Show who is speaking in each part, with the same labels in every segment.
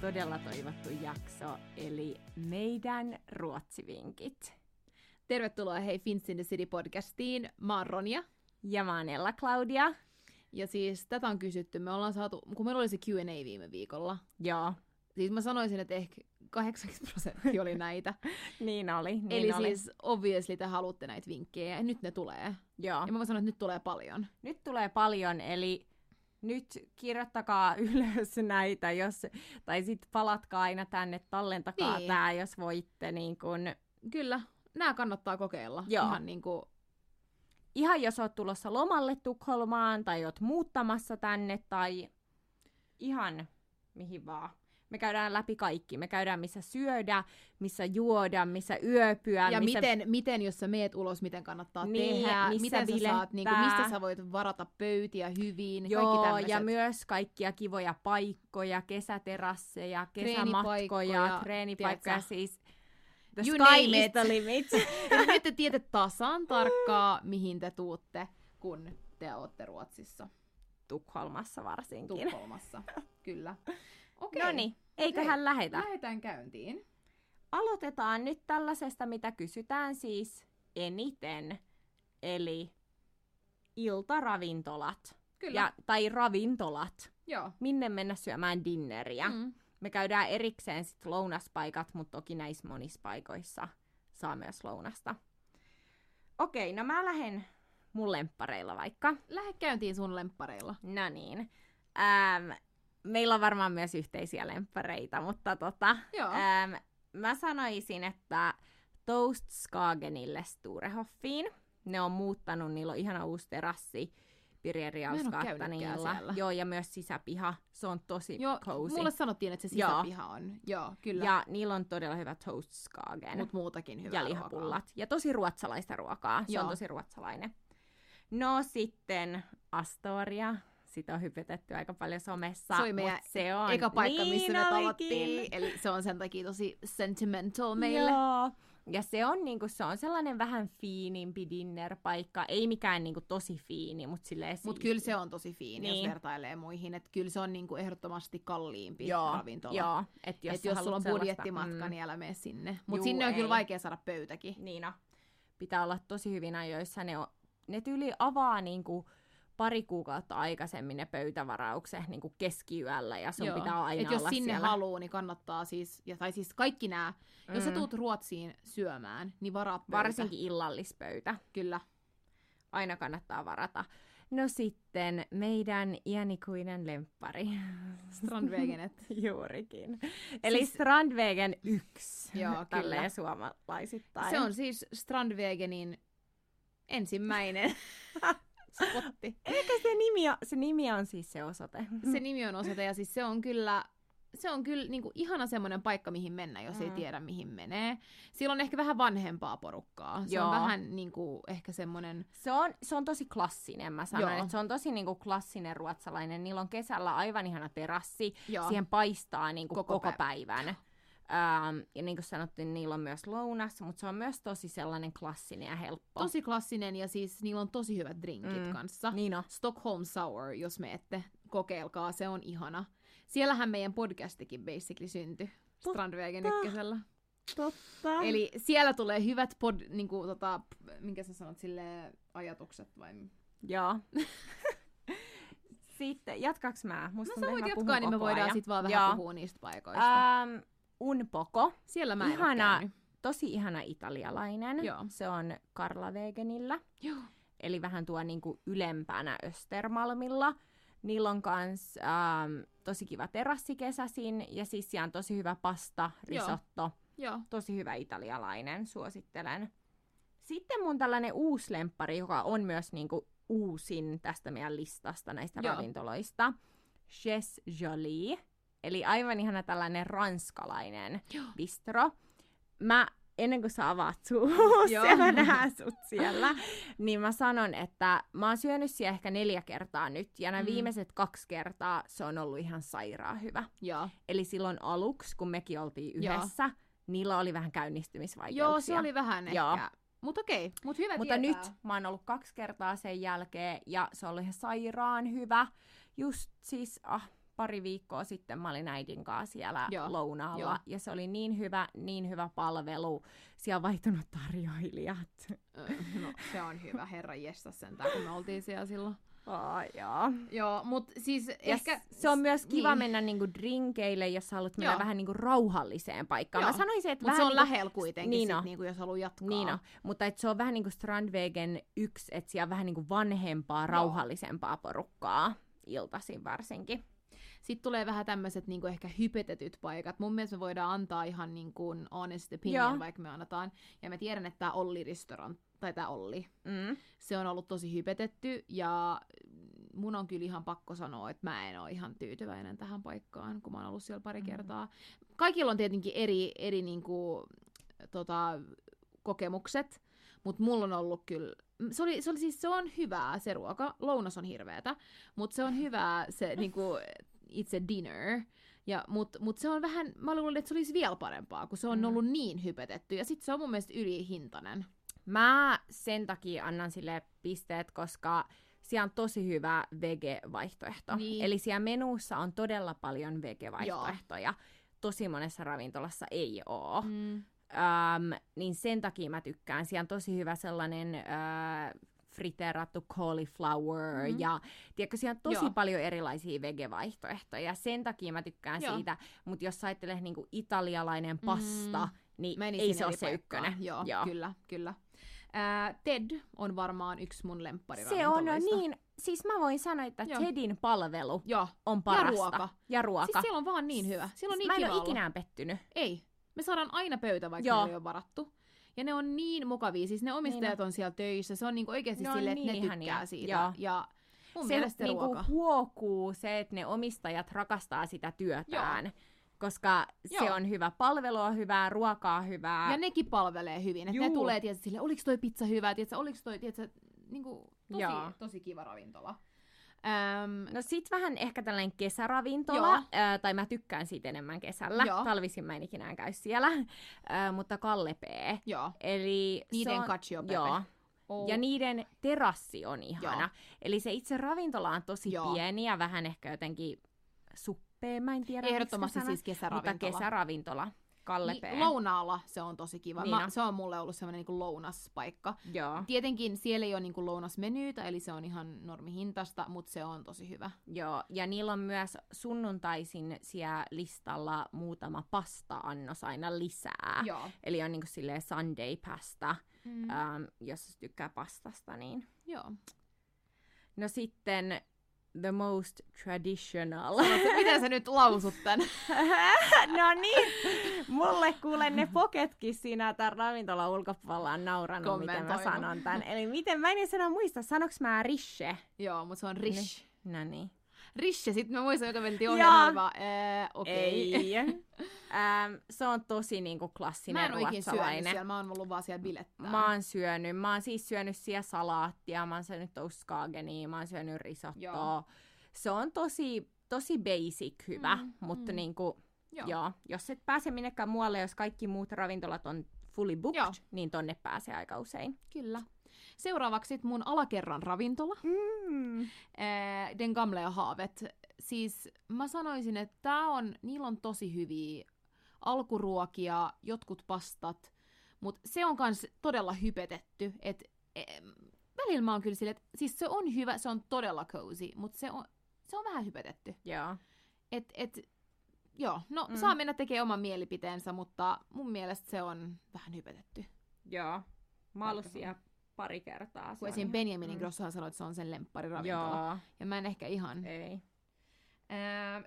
Speaker 1: todella toivottu jakso, eli meidän ruotsivinkit.
Speaker 2: Tervetuloa hei Fins in the City podcastiin. Mä oon Ronja.
Speaker 1: Ja mä oon Ella Claudia.
Speaker 2: Ja siis tätä on kysytty. Me ollaan saatu, kun meillä oli se Q&A viime viikolla.
Speaker 1: Joo,
Speaker 2: Siis mä sanoisin, että ehkä 80 prosenttia oli näitä.
Speaker 1: niin oli. Niin
Speaker 2: Eli
Speaker 1: oli.
Speaker 2: siis obviously te haluatte näitä vinkkejä ja nyt ne tulee.
Speaker 1: Joo.
Speaker 2: Ja mä voin sanoa, että nyt tulee paljon.
Speaker 1: Nyt tulee paljon, eli nyt kirjoittakaa ylös näitä, jos, tai sitten palatkaa aina tänne, tallentakaa
Speaker 2: Niin.
Speaker 1: tämä, jos voitte. Niin kun,
Speaker 2: Kyllä, nämä kannattaa kokeilla.
Speaker 1: Joo.
Speaker 2: Ihan niin kuin,
Speaker 1: ihan jos oot tulossa lomalle Tukholmaan, tai oot muuttamassa tänne, tai ihan mihin vaan. Me käydään läpi kaikki. Me käydään missä syödä, missä juoda, missä yöpyä.
Speaker 2: ja ja
Speaker 1: missä...
Speaker 2: miten, miten, jos sä meet ulos, miten kannattaa
Speaker 1: Niin,
Speaker 2: tehdä,
Speaker 1: missä
Speaker 2: miten sä
Speaker 1: bilettää.
Speaker 2: saat, niin kuin, mistä sä voit varata pöytiä hyvin,
Speaker 1: Joo,
Speaker 2: kaikki tämmöiset.
Speaker 1: ja myös kaikkia kivoja paikkoja, kesäterasseja, kesämatkoja,
Speaker 2: Treenipaikkoja,
Speaker 1: treenipaikkoja,
Speaker 2: tiedätkö?
Speaker 1: siis the
Speaker 2: You
Speaker 1: sky
Speaker 2: name
Speaker 1: is
Speaker 2: it.
Speaker 1: the limit.
Speaker 2: Eli nyt te tiedätte tasan tarkkaa, mihin te tuutte, kun te olette Ruotsissa,
Speaker 1: Tukholmassa varsinkin.
Speaker 2: Tukholmassa. Kyllä. Okei,
Speaker 1: No niin, eiköhän
Speaker 2: Hei,
Speaker 1: lähetä.
Speaker 2: lähdetään käyntiin.
Speaker 1: Aloitetaan nyt tällaisesta, mitä kysytään siis eniten, eli iltaravintolat.
Speaker 2: Kyllä,
Speaker 1: Ja, tai ravintolat.
Speaker 2: joo.
Speaker 1: Minne mennä syömään dinneriä? Mm.
Speaker 2: Mm.
Speaker 1: Me käydään erikseen sit lounaspaikat, mutta toki näissä monissa paikoissa saa myös lounasta. Okei, no mä lähden mun lemppareilla vaikka.
Speaker 2: Lähde käyntiin sun lemppareilla.
Speaker 1: No niin. Ähm, meillä on varmaan myös yhteisiä lemppareita, mutta tota,
Speaker 2: Joo.
Speaker 1: ähm, mä sanoisin, että Toast Skagenille Sturehoffiin. Ne on muuttanut, niillä on ihana uusi terassi
Speaker 2: käynytkään
Speaker 1: Pirjeriauskattanilla.
Speaker 2: siellä.
Speaker 1: Joo, ja myös sisäpiha. Se on tosi
Speaker 2: Joo,
Speaker 1: cozy.
Speaker 2: mulle sanottiin, että se
Speaker 1: Joo.
Speaker 2: sisäpiha on. Joo, kyllä.
Speaker 1: Ja niillä on todella hyvä Toast Skagen
Speaker 2: Mut muutakin hyvää
Speaker 1: ja lihapullat. Ja tosi ruotsalaista ruokaa. Se Joo. on
Speaker 2: Joo.
Speaker 1: tosi ruotsalainen. No sitten Astoria. Sitä on hypetetty aika paljon somessa.
Speaker 2: Se oli
Speaker 1: mut
Speaker 2: meidän
Speaker 1: se on.
Speaker 2: Ruokaa. Eka paikka,
Speaker 1: niin
Speaker 2: missä me
Speaker 1: olikin.
Speaker 2: tavattiin. Eli se on sen takia tosi sentimental meille.
Speaker 1: Joo. Ja se on, niinku, se on sellainen vähän fiinimpi dinner-paikka. Ei mikään niinku, tosi fiini, mutta silleen
Speaker 2: Mutta kyllä se on tosi fiini, niin.
Speaker 1: Siis Niin.
Speaker 2: jos vertailee muihin. Että kyllä se on niinku ehdottomasti kalliimpi
Speaker 1: Joo,
Speaker 2: ravintola.
Speaker 1: Joo. Et
Speaker 2: Jos,
Speaker 1: jos,
Speaker 2: Et
Speaker 1: sä
Speaker 2: jos sulla
Speaker 1: haluat
Speaker 2: on
Speaker 1: sellaista-
Speaker 2: budjettimatka, mm. niin älä mene sinne. Mutta
Speaker 1: Juu,
Speaker 2: sinne on
Speaker 1: ei.
Speaker 2: kyllä vaikea saada pöytäkin.
Speaker 1: Niin no. Pitää olla tosi hyvin ajoissa. Ne, on, ne tyyli avaa niinku pari kuukautta aikaisemmin ne pöytävaraukset niinku keskiyöllä ja sun Joo. pitää aina
Speaker 2: Et
Speaker 1: olla
Speaker 2: jos sinne
Speaker 1: siellä.
Speaker 2: haluu, niin kannattaa siis, ja, tai siis kaikki nämä, mm. jos sä
Speaker 1: Mm.
Speaker 2: tuut Ruotsiin syömään, niin varaa pöytä.
Speaker 1: Varsinkin illallispöytä.
Speaker 2: Kyllä.
Speaker 1: Aina kannattaa varata. No sitten meidän iänikuinen lemppari.
Speaker 2: Strandvägenet.
Speaker 1: Juurikin. Eli siis... Strandvägen yksi.
Speaker 2: Joo, kyllä.
Speaker 1: Tälleen suomalaisittain.
Speaker 2: Se on siis Strandvägenin ensimmäinen spotti.
Speaker 1: Eikä se nimi, on, se nimi on siis se osoite.
Speaker 2: Se nimi on osoite ja siis se on kyllä se on kyllä niinku ihana semmoinen paikka, mihin mennä, jos mm. ei
Speaker 1: Mm.
Speaker 2: tiedä, mihin menee. Sillä on ehkä vähän vanhempaa porukkaa. Se Joo.
Speaker 1: Joo.
Speaker 2: on vähän niinku ehkä semmoinen...
Speaker 1: Se on, se on tosi klassinen, mä sanon.
Speaker 2: Joo.
Speaker 1: Että se on tosi niinku klassinen ruotsalainen. Niillä on kesällä aivan ihana terassi.
Speaker 2: Joo.
Speaker 1: Joo. Siihen paistaa niinku
Speaker 2: Koko
Speaker 1: koko, koko päivän. Ähm, ja niin kuin sanottiin, niillä on myös lounas, mutta se on myös tosi sellainen klassinen ja helppo.
Speaker 2: Tosi klassinen ja siis niillä on tosi hyvät drinkit
Speaker 1: Mm.
Speaker 2: mm. kanssa.
Speaker 1: Niin on.
Speaker 2: Stockholm Sour, jos me ette, kokeilkaa, se on ihana. Siellähän meidän podcastikin basically syntyi
Speaker 1: Totta.
Speaker 2: Strandvägen ykkösellä.
Speaker 1: Totta. Eli
Speaker 2: Eli siellä tulee hyvät pod, niinku, tota, p- minkä sä sanot sille ajatukset vai? No
Speaker 1: Joo. Sitten, jatkaks mä? Musta
Speaker 2: sä
Speaker 1: tuntuu,
Speaker 2: voit
Speaker 1: että mä puhun
Speaker 2: jatkaa, niin me
Speaker 1: koko
Speaker 2: voidaan
Speaker 1: ajan.
Speaker 2: sit vaan vähän
Speaker 1: Joo.
Speaker 2: puhua niistä paikoista.
Speaker 1: Ähm, Unpoko.
Speaker 2: siellä mä en oo
Speaker 1: ihana.
Speaker 2: käynyt.
Speaker 1: Tosi ihana italialainen.
Speaker 2: Joo.
Speaker 1: Se on Karla Wegenillä.
Speaker 2: Joo.
Speaker 1: eli vähän tuo niinku ylempänä Östermalmilla. Niillä on kans ähm, tosi kiva terassi kesäsin ja siis siellä on tosi hyvä pasta,
Speaker 2: Joo.
Speaker 1: risotto,
Speaker 2: Joo.
Speaker 1: tosi hyvä italialainen, suosittelen. Sitten mun tällainen uusi lemppari, joka on myös niinku uusin tästä meidän listasta näistä
Speaker 2: Joo.
Speaker 1: Joo. ravintoloista, Chez Jolie, eli aivan ihana tällainen ranskalainen
Speaker 2: Joo.
Speaker 1: bistro. Mä ennen kuin sä avaat suus
Speaker 2: Joo.
Speaker 1: ja mä näen sut siellä, niin mä sanon, että mä oon syönyt siellä ehkä neljä kertaa nyt, ja nämä
Speaker 2: Mm.
Speaker 1: mm. viimeiset kaksi kertaa se on ollut ihan sairaan hyvä.
Speaker 2: Joo.
Speaker 1: Eli silloin aluksi, kun mekin oltiin
Speaker 2: Joo.
Speaker 1: yhdessä, niillä oli vähän käynnistymisvaikeuksia.
Speaker 2: Joo, se oli vähän
Speaker 1: Joo.
Speaker 2: ehkä. Mut okei, mut hyvä
Speaker 1: Mutta
Speaker 2: tietää.
Speaker 1: nyt mä oon ollut kaksi kertaa sen jälkeen ja se oli ihan sairaan hyvä. Just siis, ah, pari viikkoa sitten mä olin äidin kanssa siellä
Speaker 2: Joo,
Speaker 1: Joo. lounaalla.
Speaker 2: joo.
Speaker 1: Joo. Ja se oli niin hyvä, niin hyvä palvelu. Siellä on vaihtunut tarjoilijat.
Speaker 2: Ö, No, se on hyvä, herra jesta sentään, kun me oltiin siellä silloin.
Speaker 1: Ai, jaa.
Speaker 2: Joo, mut siis
Speaker 1: Ja
Speaker 2: ehkä...
Speaker 1: s- se on myös kiva
Speaker 2: niin.
Speaker 1: niin. mennä niinku drinkeille, jos sä haluat mennä
Speaker 2: Joo.
Speaker 1: Joo. vähän niinku rauhalliseen paikkaan.
Speaker 2: Joo.
Speaker 1: Mä sanoisin, että
Speaker 2: Mut
Speaker 1: vähän
Speaker 2: se on
Speaker 1: niinku,
Speaker 2: lähellä kuitenkin,
Speaker 1: niin
Speaker 2: niin
Speaker 1: on.
Speaker 2: sit, niinku, jos haluaa jatkaa.
Speaker 1: Niin on. Mutta et se on vähän niin kuin Strandvegen yksi, että siellä on vähän niin kuin vanhempaa, rauhallisempaa porukkaa iltaisin varsinkin.
Speaker 2: Sitten tulee vähän tämmöiset niinku ehkä hypetetyt paikat. Mun mielestä me voidaan antaa ihan niinku honest opinion,
Speaker 1: Joo.
Speaker 2: vaikka me annetaan. Ja mä tiedän, että tämä Olli Restaurant, tai tämä Olli,
Speaker 1: Mm.
Speaker 2: se on ollut tosi hypetetty. Ja mun on kyllä ihan pakko sanoa, että mä en ole ihan tyytyväinen tähän paikkaan, kun mä oon ollut siellä pari
Speaker 1: Mm.
Speaker 2: kertaa. Kaikilla on tietenkin eri, eri niinku, tota, kokemukset, mutta mulla on ollut kyllä se oli, se oli siis, se on hyvää se ruoka, lounas on hirveetä, mutta se on hyvää se niinku, itse dinner, ja, mut, mut se on vähän, mä luulen, että se olisi vielä parempaa, kun se on
Speaker 1: Mm.
Speaker 2: ollut niin hypetetty, ja sitten se on mun mielestä ylihintainen.
Speaker 1: Mä sen takia annan sille pisteet, koska siellä on tosi hyvä vege-vaihtoehto.
Speaker 2: Niin.
Speaker 1: Eli siellä menussa on todella paljon vege-vaihtoehtoja. Tosi monessa ravintolassa ei oo. Mm.
Speaker 2: Mm.
Speaker 1: Öm, niin sen takia mä tykkään. Siellä on tosi hyvä sellainen öö, friteerattu cauliflower
Speaker 2: Mhm.
Speaker 1: mm. ja tiedätkö, siellä on tosi
Speaker 2: Joo.
Speaker 1: Joo. paljon erilaisia vegevaihtoehtoja. Sen takia mä tykkään
Speaker 2: Joo.
Speaker 1: Joo. siitä. Mutta jos sä ajattelet niinku italialainen pasta,
Speaker 2: Mm.
Speaker 1: mm. niin
Speaker 2: Menisin
Speaker 1: ei se
Speaker 2: eri
Speaker 1: ole se
Speaker 2: paikkaan.
Speaker 1: ykkönen.
Speaker 2: Joo, Joo, kyllä, kyllä. Ää, Ted on varmaan yksi mun
Speaker 1: Se on
Speaker 2: lemppariravintoloista.
Speaker 1: niin, siis mä voin sanoa, että
Speaker 2: Joo.
Speaker 1: Joo. Tedin palvelu
Speaker 2: Joo,
Speaker 1: on parasta.
Speaker 2: ruoka.
Speaker 1: Ja ruoka.
Speaker 2: siis siellä on vaan niin hyvä. Siellä on niin
Speaker 1: mä en
Speaker 2: kiva
Speaker 1: ole
Speaker 2: olla.
Speaker 1: ikinään pettynyt.
Speaker 2: Ei. Me saadaan aina pöytä, vaikka Joo.
Speaker 1: Joo.
Speaker 2: meillä ei ole varattu. Ja ne on niin mukavia. Siis ne omistajat on siellä töissä. Se on niinku oikeasti
Speaker 1: Niin Ne on
Speaker 2: silleen, että
Speaker 1: niin
Speaker 2: ne tykkää
Speaker 1: ihania.
Speaker 2: siitä.
Speaker 1: Joo.
Speaker 2: Ja mun
Speaker 1: se
Speaker 2: mielestä se
Speaker 1: niinku
Speaker 2: ruoka.
Speaker 1: huokuu se, että ne omistajat rakastaa sitä työtään. Joo. Koska Joo. se
Speaker 2: Joo.
Speaker 1: on hyvä palvelua, hyvää ruokaa, hyvää.
Speaker 2: Ja nekin palvelee hyvin. Et ne
Speaker 1: Juu.
Speaker 2: tulee tietysti silleen, oliks toi pizza hyvä, tietysti, oliks toi, tietysti, niinku, tosi,
Speaker 1: Joo.
Speaker 2: tosi kiva ravintola. Öm,
Speaker 1: No sit vähän ehkä tällainen kesäravintola,
Speaker 2: Joo.
Speaker 1: äh, tai mä tykkään siitä enemmän kesällä.
Speaker 2: Joo.
Speaker 1: Talvisin mä en ikinä käy siellä, äh, mutta kallepee.
Speaker 2: joo.
Speaker 1: Eli se
Speaker 2: Niiden
Speaker 1: on...
Speaker 2: cacio pepe.
Speaker 1: Joo.
Speaker 2: Oh.
Speaker 1: Ja niiden terassi on ihana.
Speaker 2: Joo.
Speaker 1: Eli se itse ravintola on tosi
Speaker 2: Joo.
Speaker 1: pieni ja vähän ehkä jotenkin suppea, mä en tiedä.
Speaker 2: Ehdottomasti
Speaker 1: miksi
Speaker 2: siis
Speaker 1: sana,
Speaker 2: kesäravintola.
Speaker 1: Mutta kesäravintola, Kallepeen.
Speaker 2: Niin, lounaalla se on tosi kiva.
Speaker 1: Niin
Speaker 2: Mä,
Speaker 1: on.
Speaker 2: se on mulle ollut semmoinen niinku lounaspaikka.
Speaker 1: Joo,
Speaker 2: Tietenkin siellä ei ole niinku lounasmenyytä, eli se on ihan normihintasta, mutta se on tosi hyvä.
Speaker 1: joo. Ja niillä on myös sunnuntaisin siellä listalla muutama pasta-annos aina lisää.
Speaker 2: Joo.
Speaker 1: Eli on niinku silleen Sunday pasta,
Speaker 2: Mm.
Speaker 1: mm. ähm, jos tykkää pastasta, niin.
Speaker 2: Joo.
Speaker 1: No sitten the most traditional.
Speaker 2: Sano, Miten sä nyt lausut tän?
Speaker 1: no niin, mulle kuule ne poketkin siinä tämän ravintolan ulkopuolella on naurannut, miten mä
Speaker 2: Kommentoinut.
Speaker 1: sanon tämän. Eli miten, mä en edes enää muista, sanoks mä rishe?
Speaker 2: Joo, mutta se on rish.
Speaker 1: No niin.
Speaker 2: Rish, sitten mä muistan, joka mentiin
Speaker 1: Jaa.
Speaker 2: ohjelmaa. Öö, okei.
Speaker 1: Ei. ähm, se on tosi niinku
Speaker 2: Mä
Speaker 1: klassinen
Speaker 2: en oikein syönyt
Speaker 1: ruotsalainen.
Speaker 2: siellä, mä oon ollut vaan siellä bilettää.
Speaker 1: Mä oon syönyt, mä oon siis syönyt siellä salaattia, mä oon syönyt toastkaagenia, mä oon syönyt risottoa.
Speaker 2: Joo.
Speaker 1: Se on tosi, tosi basic hyvä,
Speaker 2: Mm,
Speaker 1: mm, mutta
Speaker 2: mm.
Speaker 1: mm. niinku
Speaker 2: Joo.
Speaker 1: Joo. Joo. Jos et pääse minnekään muualle, jos kaikki muut ravintolat on fully booked,
Speaker 2: Joo.
Speaker 1: Joo. niin tonne pääsee aika usein.
Speaker 2: Kyllä. Seuraavaksi sit mun alakerran ravintola,
Speaker 1: Mm.
Speaker 2: äh, Den Gamle och Havet. Siis mä sanoisin, että tää on, niillä on tosi hyviä alkuruokia, jotkut pastat, mutta se on kans todella hypetetty, että välillä mä oon kyllä silleen, että siis se on hyvä, se on todella cozy, mutta se on, se on vähän hypetetty.
Speaker 1: Joo.
Speaker 2: Et, et, joo, no mm.
Speaker 1: Mm.
Speaker 2: saa mennä tekemään oman mielipiteensä, mutta mun mielestä se on vähän hypetetty.
Speaker 1: Joo. Mä oon ollut
Speaker 2: Valtava.
Speaker 1: siellä pari kertaa.
Speaker 2: Kun esim. Benjaminin
Speaker 1: Mm.
Speaker 2: Grossahan sanoi, että se on sen lemppariravintola.
Speaker 1: Joo.
Speaker 2: Ja mä en ehkä ihan...
Speaker 1: Ei.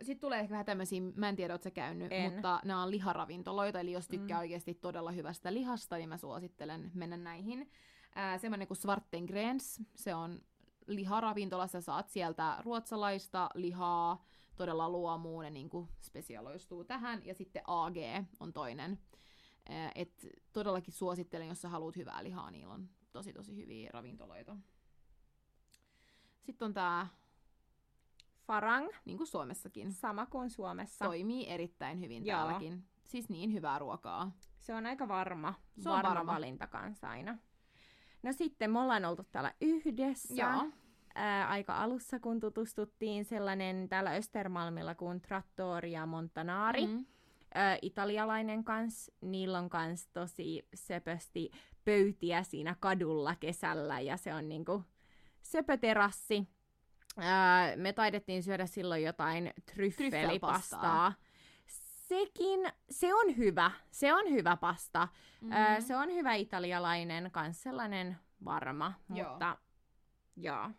Speaker 2: Sitten Öö, tulee ehkä vähän tämmöisiä, mä en tiedä, oot sä käynyt, en.
Speaker 1: En.
Speaker 2: mutta nämä on liharavintoloita, eli jos tykkää
Speaker 1: Mm.
Speaker 2: mm. oikeasti todella hyvästä lihasta, niin mä suosittelen mennä näihin. Ää, semmoinen kuin Svartengrens, se on liharavintola, sä saat sieltä ruotsalaista lihaa, todella luomuun, ne niin spesialoistuu tähän, ja sitten AG on toinen. Ää, et todellakin suosittelen, jos sä haluat hyvää lihaa, niillä on tosi tosi hyviä ravintoloita. Sitten on tää,
Speaker 1: Farang,
Speaker 2: niin kuin Suomessakin,
Speaker 1: sama kuin Suomessa. Mm. Toi.
Speaker 2: toimii erittäin hyvin Joo.
Speaker 1: Joo.
Speaker 2: täälläkin. Siis niin hyvää ruokaa.
Speaker 1: Se on aika varma.
Speaker 2: Se on varma.
Speaker 1: valinta kanssa aina. No sitten me ollaan oltu täällä yhdessä.
Speaker 2: Joo.
Speaker 1: ää, aika alussa, kun tutustuttiin sellainen täällä Östermalmilla kuin Trattoria Montanari. Mm-hmm.
Speaker 2: Mm.
Speaker 1: Ää, italialainen kans, niillä on kans tosi söpösti pöytiä siinä kadulla kesällä ja se on niinku söpöterassi. Ää, me taidettiin syödä silloin jotain tryffelipastaa.
Speaker 2: Tryffelpastaa.
Speaker 1: Sekin, se on hyvä, se on hyvä pasta.
Speaker 2: Mm.
Speaker 1: Öö, se on hyvä italialainen, kans sellainen varma,
Speaker 2: Joo.
Speaker 1: mutta joo.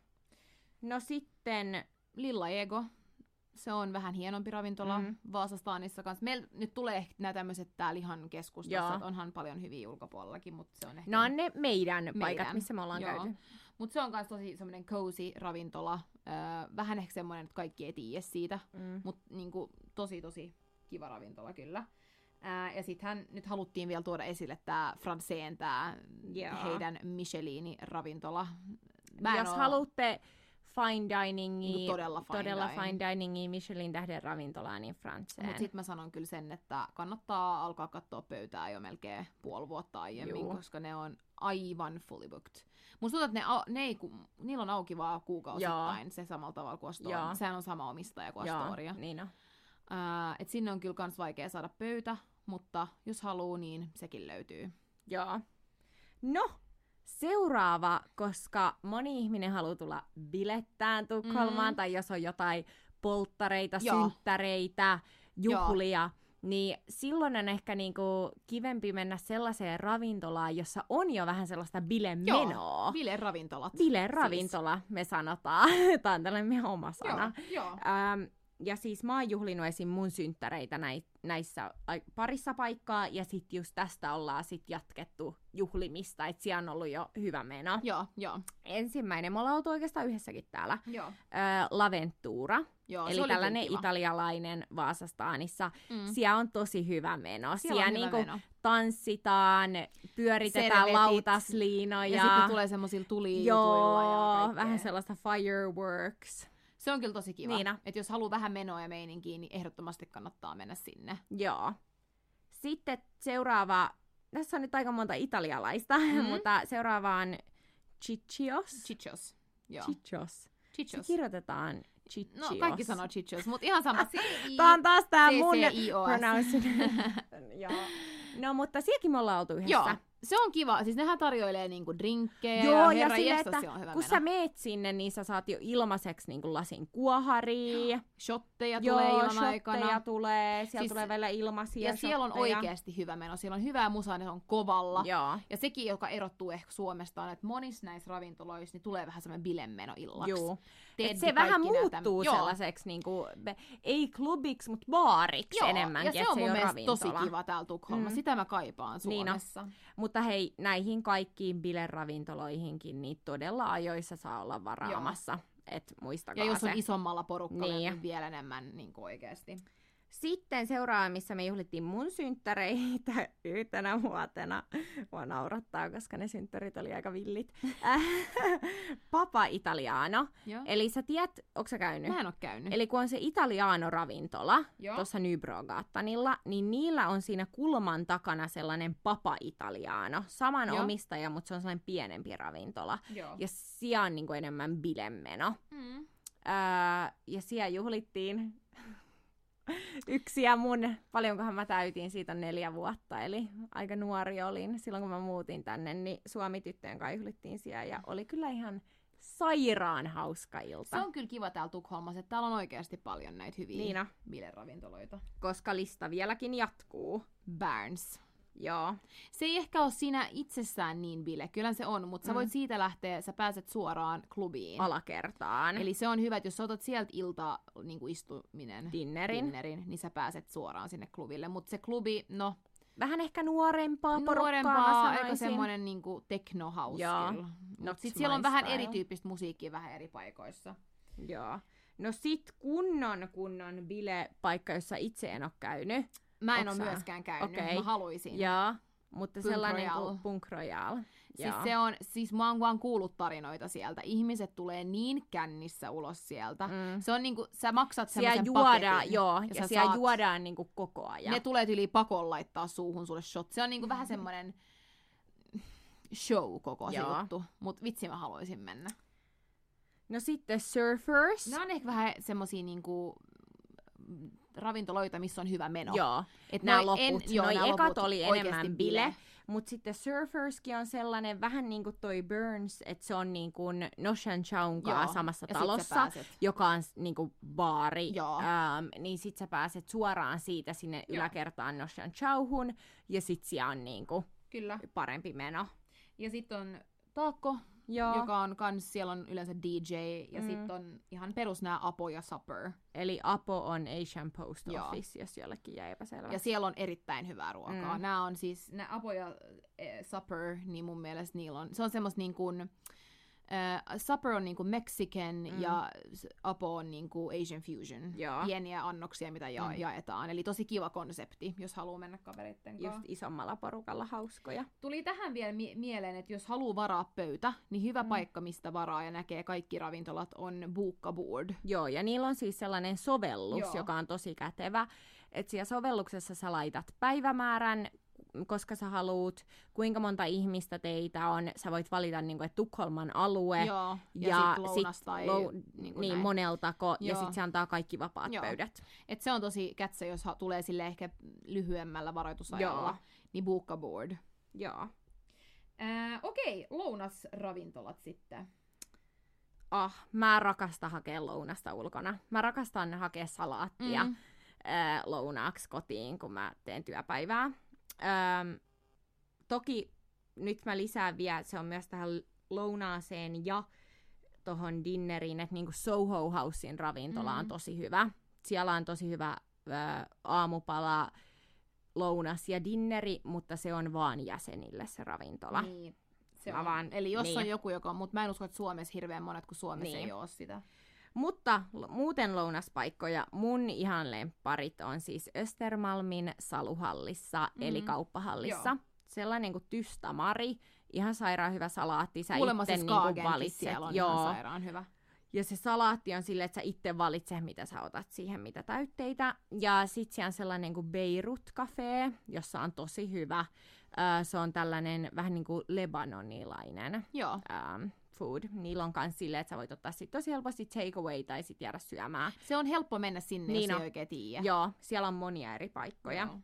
Speaker 1: No sitten,
Speaker 2: Lilla Ego. Se on vähän hienompi ravintola
Speaker 1: Mm.
Speaker 2: mm. Vaasastaanissa kanssa. Meillä nyt tulee ehkä nämä tämmöiset tää lihan
Speaker 1: Joo.
Speaker 2: keskustassa, että onhan paljon hyviä ulkopuolellakin, mutta se on ehkä...
Speaker 1: no on ne meidän, paikat,
Speaker 2: Meidän,
Speaker 1: missä me ollaan
Speaker 2: joo.
Speaker 1: käyty.
Speaker 2: Mutta se on myös tosi semmoinen cozy ravintola. Öö, vähän ehkä semmoinen, että kaikki ei tiedä siitä,
Speaker 1: Mm.
Speaker 2: mutta niinku, tosi tosi kiva ravintola kyllä. Ää, ja sittenhän nyt haluttiin vielä tuoda esille tämä Franceen, tämä
Speaker 1: Joo.
Speaker 2: heidän Michelini-ravintola. Mä en
Speaker 1: Jos
Speaker 2: oo-
Speaker 1: haluatte fine diningia,
Speaker 2: Niinku todella fine
Speaker 1: todella
Speaker 2: dining.
Speaker 1: fine diningia Michelin tähden ravintolaa, niin Franceen.
Speaker 2: Mutta sitten mä sanon kyllä sen, että kannattaa alkaa katsoa pöytää jo melkein puoli vuotta aiemmin,
Speaker 1: Juu.
Speaker 2: Juu. koska ne on aivan fully booked. Musta tuntuu, että ne, au- ne ei, ku- niillä on auki vaan kuukausittain se samalla tavalla kuin
Speaker 1: Joo.
Speaker 2: Astoria. Sehän on sama omistaja kuin
Speaker 1: Joo,
Speaker 2: Astoria.
Speaker 1: niin on.
Speaker 2: Ää, et sinne on kyllä kans vaikea saada pöytä, mutta jos haluu, niin sekin löytyy.
Speaker 1: Joo. No, seuraava, koska moni ihminen haluaa tulla bilettään Tukholmaan, mm.
Speaker 2: Mm.
Speaker 1: tai jos on jotain polttareita, Joo.
Speaker 2: Joo.
Speaker 1: synttäreitä, juhlia, niin silloin on ehkä niinku kivempi mennä sellaiseen ravintolaan, jossa on jo vähän sellaista bilemenoa.
Speaker 2: Bilen ravintolat. Siis-
Speaker 1: Bile ravintola, me sanotaan. Tämä on tällainen meidän oma sana.
Speaker 2: Joo, joo.
Speaker 1: Ähm, ja siis mä oon juhlinut esim. mun synttäreitä näi, näissä ai- parissa paikkaa, ja sit just tästä ollaan sit jatkettu juhlimista, et siellä on ollut jo hyvä meno.
Speaker 2: Joo, joo,
Speaker 1: Ensimmäinen, me ollaan oltu oikeastaan yhdessäkin täällä,
Speaker 2: joo.
Speaker 1: äh, Laventura,
Speaker 2: joo se
Speaker 1: eli
Speaker 2: oli
Speaker 1: tällainen
Speaker 2: kyllä kiva.
Speaker 1: italialainen Vaasastaanissa.
Speaker 2: Mm.
Speaker 1: Mm. Siellä on tosi hyvä meno, siellä,
Speaker 2: Siellä on
Speaker 1: siellä
Speaker 2: hyvä
Speaker 1: niinku
Speaker 2: meno.
Speaker 1: tanssitaan, pyöritetään
Speaker 2: Servetit.
Speaker 1: lautasliinoja.
Speaker 2: Ja, sitten tulee semmoisilla tulijutuilla ja
Speaker 1: Joo,
Speaker 2: kaikkea.
Speaker 1: vähän sellaista fireworks.
Speaker 2: Se on kyllä tosi kiva.
Speaker 1: Niina.
Speaker 2: Että jos haluaa vähän menoa ja meininkiä, niin ehdottomasti kannattaa mennä sinne.
Speaker 1: Joo. Sitten seuraava, tässä on nyt aika monta italialaista, mm-hmm.
Speaker 2: Mhm.
Speaker 1: mutta seuraava on Chichios.
Speaker 2: Chichos. Joo.
Speaker 1: Chichos. Se
Speaker 2: Chichos.
Speaker 1: kirjoitetaan Chichios.
Speaker 2: No kaikki sanoo chichos, mutta ihan sama. C-I-
Speaker 1: Tää on taas tää mun
Speaker 2: C-C-I-O-S.
Speaker 1: pronunciation. Joo. No mutta sielläkin me ollaan oltu yhdessä.
Speaker 2: Joo, se on kiva. Siis nehän tarjoilee niinku drinkkejä
Speaker 1: Joo,
Speaker 2: ja
Speaker 1: ja
Speaker 2: herra
Speaker 1: silleen,
Speaker 2: jestas,
Speaker 1: että
Speaker 2: se on hyvä
Speaker 1: Kun
Speaker 2: meno.
Speaker 1: sä meet sinne, niin sä saat jo ilmaiseksi niin lasin kuoharia.
Speaker 2: Shotteja tulee ilman
Speaker 1: shotteja
Speaker 2: aikana.
Speaker 1: tulee, siellä
Speaker 2: Siis-
Speaker 1: tulee vielä ilmaisia
Speaker 2: Ja siellä on
Speaker 1: shotteja.
Speaker 2: oikeasti hyvä meno. Siellä on hyvää musaa, ne on kovalla.
Speaker 1: Joo.
Speaker 2: Ja sekin, joka erottuu ehkä Suomesta, on, että monissa näissä ravintoloissa niin tulee vähän semmoinen bilemeno illaksi.
Speaker 1: Joo.
Speaker 2: Teddy,
Speaker 1: Et se vähän
Speaker 2: kaikki nää
Speaker 1: muuttuu
Speaker 2: tämmö- Joo.
Speaker 1: sellaiseksi, niinku, be- ei klubiksi, mutta baariksi
Speaker 2: Joo,
Speaker 1: enemmänkin.
Speaker 2: ja
Speaker 1: et
Speaker 2: se on
Speaker 1: ei
Speaker 2: mun
Speaker 1: oo
Speaker 2: mielestä tosi
Speaker 1: ravintola.
Speaker 2: kiva täällä Tukholmassa.
Speaker 1: Mm.
Speaker 2: Mm. Sitä mä kaipaan
Speaker 1: Niin on.
Speaker 2: Suomessa.
Speaker 1: Mutta hei, näihin kaikkiin bileravintoloihinkin, niin todella ajoissa saa olla varaamassa. Et muistakaa
Speaker 2: Ja jos on
Speaker 1: se.
Speaker 2: isommalla porukalla,
Speaker 1: Niin.
Speaker 2: niin, niin vielä enemmän niin oikeasti.
Speaker 1: Sitten seuraava, missä me juhlittiin mun synttäreitä yhtenä vuotena. Mua naurattaa, koska ne synttärit oli aika villit. Äh, Papa Italiano.
Speaker 2: Joo.
Speaker 1: Eli sä tiedät, onko sä käynyt?
Speaker 2: Mä en ole käynyt.
Speaker 1: Eli kun on se Italiano-ravintola
Speaker 2: Joo.
Speaker 1: tuossa Nybrogaatanilla, niin niillä on siinä kulman takana sellainen Papa Italiano. Saman Joo.
Speaker 2: Joo.
Speaker 1: omistaja, mutta se on sellainen pienempi ravintola.
Speaker 2: Joo.
Speaker 1: Ja siellä on niin kuin enemmän bilemeno.
Speaker 2: Mm.
Speaker 1: Öö, ja siellä juhlittiin yksi ja mun, paljonkohan mä täytin siitä on neljä vuotta, eli aika nuori olin. Silloin kun mä muutin tänne, niin Suomi-tyttöjen kanssa juhlittiin siellä ja oli kyllä ihan sairaan hauska ilta.
Speaker 2: Se on kyllä kiva täällä Tukholmassa, että täällä on oikeasti paljon näitä hyviä
Speaker 1: Niina.
Speaker 2: bileravintoloita.
Speaker 1: koska lista vieläkin jatkuu.
Speaker 2: Barnes.
Speaker 1: Joo.
Speaker 2: Se ei ehkä ole sinä itsessään niin bile, kyllä se on, mutta
Speaker 1: Mm.
Speaker 2: sä voit siitä lähteä, sä pääset suoraan klubiin.
Speaker 1: Alakertaan. Niin. Eli
Speaker 2: Eli se on hyvä, että jos sä otat sieltä ilta niin kuin istuminen
Speaker 1: dinnerin.
Speaker 2: dinnerin, niin sä pääset suoraan sinne klubille. Mutta se klubi, no,
Speaker 1: Vähän ehkä nuorempaa porukkaa,
Speaker 2: nuorempaa,
Speaker 1: mä
Speaker 2: aika
Speaker 1: sanoisin.
Speaker 2: semmoinen niinku techno house
Speaker 1: Joo.
Speaker 2: kyllä.
Speaker 1: Not
Speaker 2: Mut sit
Speaker 1: my
Speaker 2: siellä on vähän
Speaker 1: style.
Speaker 2: erityyppistä musiikkia vähän eri paikoissa.
Speaker 1: Joo. No sit kunnon kunnon bilepaikka, jossa itse en ole käynyt.
Speaker 2: Mä en
Speaker 1: Oot
Speaker 2: ole
Speaker 1: sä?
Speaker 2: myöskään käynyt,
Speaker 1: Okei.
Speaker 2: mä haluisin.
Speaker 1: Joo. Mutta
Speaker 2: Punk
Speaker 1: sellainen
Speaker 2: Royale.
Speaker 1: kuin Punk Royale.
Speaker 2: Siis se on, siis mä oon vaan kuullut tarinoita sieltä. Ihmiset tulee niin kännissä ulos sieltä. Mm.
Speaker 1: Mm.
Speaker 2: Se on niinku, sä maksat
Speaker 1: Siellä
Speaker 2: semmoisen
Speaker 1: juodaan,
Speaker 2: paketin.
Speaker 1: joo, ja,
Speaker 2: ja
Speaker 1: ja
Speaker 2: sä
Speaker 1: siellä
Speaker 2: saat-
Speaker 1: juodaan niinku koko ajan.
Speaker 2: Ne tulee yli pakon laittaa suuhun sulle shot. Se on niinku vähän
Speaker 1: Mm-hmm.
Speaker 2: semmoinen show koko se
Speaker 1: Joo.
Speaker 2: juttu. Mut vitsi mä haluaisin mennä.
Speaker 1: No sitten Surfers.
Speaker 2: Nämä on ehkä vähän semmosia niinku, mm, ravintoloita, missä on hyvä meno.
Speaker 1: Joo.
Speaker 2: Et
Speaker 1: Nää
Speaker 2: noi-
Speaker 1: loput, noi
Speaker 2: nää
Speaker 1: ekat oli
Speaker 2: oikeesti
Speaker 1: enemmän bile. Mutta sitten Surferskin on sellainen vähän niin kuin toi Burns, että se on niin kuin Noshan Chaun
Speaker 2: Joo,
Speaker 1: kanssa samassa
Speaker 2: Ja sit sä
Speaker 1: talossa,
Speaker 2: pääset.
Speaker 1: joka on s- niin kuin baari.
Speaker 2: Joo.
Speaker 1: Ähm, niin sit sä pääset suoraan siitä sinne
Speaker 2: Joo.
Speaker 1: yläkertaan Noshan Chauhun ja sit siellä on niin kuin
Speaker 2: Kyllä.
Speaker 1: parempi meno.
Speaker 2: Ja sitten on taakko,
Speaker 1: Joo.
Speaker 2: joka on kans, siellä on yleensä DJ, ja
Speaker 1: Mm.
Speaker 2: mm. sitten on ihan perus nää Apo ja Supper.
Speaker 1: Eli Apo on Asian Post
Speaker 2: Joo.
Speaker 1: Office, jos jollekin jäi epäselväksi.
Speaker 2: Ja siellä on erittäin hyvää ruokaa.
Speaker 1: Mm.
Speaker 2: Mm. Nämä on siis, nämä Apo ja eh, Supper, niin mun mielestä niillä on, se on semmos niin kuin, äh, Supper on niin kuin Mexican
Speaker 1: Mm.
Speaker 2: mm. ja s- Apo on niin kuin Asian Fusion.
Speaker 1: Joo.
Speaker 2: Pieniä annoksia, mitä ja-
Speaker 1: Mm.
Speaker 2: mm. jaetaan. Eli tosi kiva konsepti, jos haluaa mennä kavereitten kanssa.
Speaker 1: Just isommalla porukalla hauskoja.
Speaker 2: Tuli tähän vielä mie- mieleen, että jos haluaa varaa pöytä, niin hyvä
Speaker 1: Mm.
Speaker 2: mm. paikka, mistä varaa ja näkee kaikki ravintolat, on Bookkaboard.
Speaker 1: Joo, ja niillä on siis sellainen sovellus, Joo.
Speaker 2: Joo.
Speaker 1: joka on tosi kätevä. Että siellä sovelluksessa sä laitat päivämäärän, koska sä haluut, kuinka monta ihmistä teitä on. Sä voit valita, niin kuin, että Tukholman alue,
Speaker 2: Joo,
Speaker 1: ja
Speaker 2: ja, ja
Speaker 1: sit
Speaker 2: sit lounas tai
Speaker 1: lou-
Speaker 2: niin,
Speaker 1: niin
Speaker 2: näin.
Speaker 1: moneltako, ja
Speaker 2: Joo.
Speaker 1: sitten se antaa kaikki vapaat Joo.
Speaker 2: Joo.
Speaker 1: pöydät.
Speaker 2: Et se on tosi kätsä, jos ha- tulee sille ehkä lyhyemmällä varoitusajalla,
Speaker 1: Joo.
Speaker 2: Joo. niin bookkaboard.
Speaker 1: Joo.
Speaker 2: Äh, okei, lounasravintolat sitten.
Speaker 1: Ah, mä rakastan hakea lounasta ulkona. Mä rakastan hakea salaattia.
Speaker 2: Mm.
Speaker 1: ää, lounaaksi kotiin, kun mä teen työpäivää. Öm, toki nyt mä lisään vielä, se on myös tähän lounaaseen ja tohon dinneriin, että niinku Soho Housein ravintola on
Speaker 2: Mm.
Speaker 1: tosi hyvä. Siellä on tosi hyvä ö, aamupala, lounas ja dinneri, mutta se on vaan jäsenille se ravintola. Niin.
Speaker 2: Niin. Se
Speaker 1: Mä
Speaker 2: on.
Speaker 1: vaan-
Speaker 2: Eli jos
Speaker 1: niin.
Speaker 2: on joku, joka on, mutta mä en usko, että Suomessa hirveän monet, kun Suomessa
Speaker 1: Niin.
Speaker 2: ei ole sitä.
Speaker 1: Mutta l- muuten lounaspaikkoja, mun ihan lempparit on siis Östermalmin saluhallissa, mm-hmm. eli
Speaker 2: Mhm.
Speaker 1: kauppahallissa. Joo.
Speaker 2: Joo.
Speaker 1: Sellainen kuin tystamari, ihan sairaan hyvä salaatti, sä
Speaker 2: Kuulemma
Speaker 1: itse
Speaker 2: se
Speaker 1: niinku
Speaker 2: Skagenkin
Speaker 1: valitset.
Speaker 2: siellä on ihan
Speaker 1: Joo.
Speaker 2: sairaan hyvä.
Speaker 1: Ja se salaatti on silleen, että sä itse valitset, mitä sä otat siihen, mitä täytteitä. Ja sit siellä on sellainen kuin Beirut Cafe, jossa on tosi hyvä. Ö, se on tällainen vähän niin kuin lebanonilainen
Speaker 2: Joo.
Speaker 1: ähm, food. Niillä on kans silleen, että sä voit ottaa sit tosi helposti take away tai sit jäädä syömään.
Speaker 2: Se on helppo mennä sinne,
Speaker 1: Niin
Speaker 2: niin jos
Speaker 1: on.
Speaker 2: ei oikein tiedä.
Speaker 1: Yeah. Joo, siellä on monia eri paikkoja.
Speaker 2: Joo.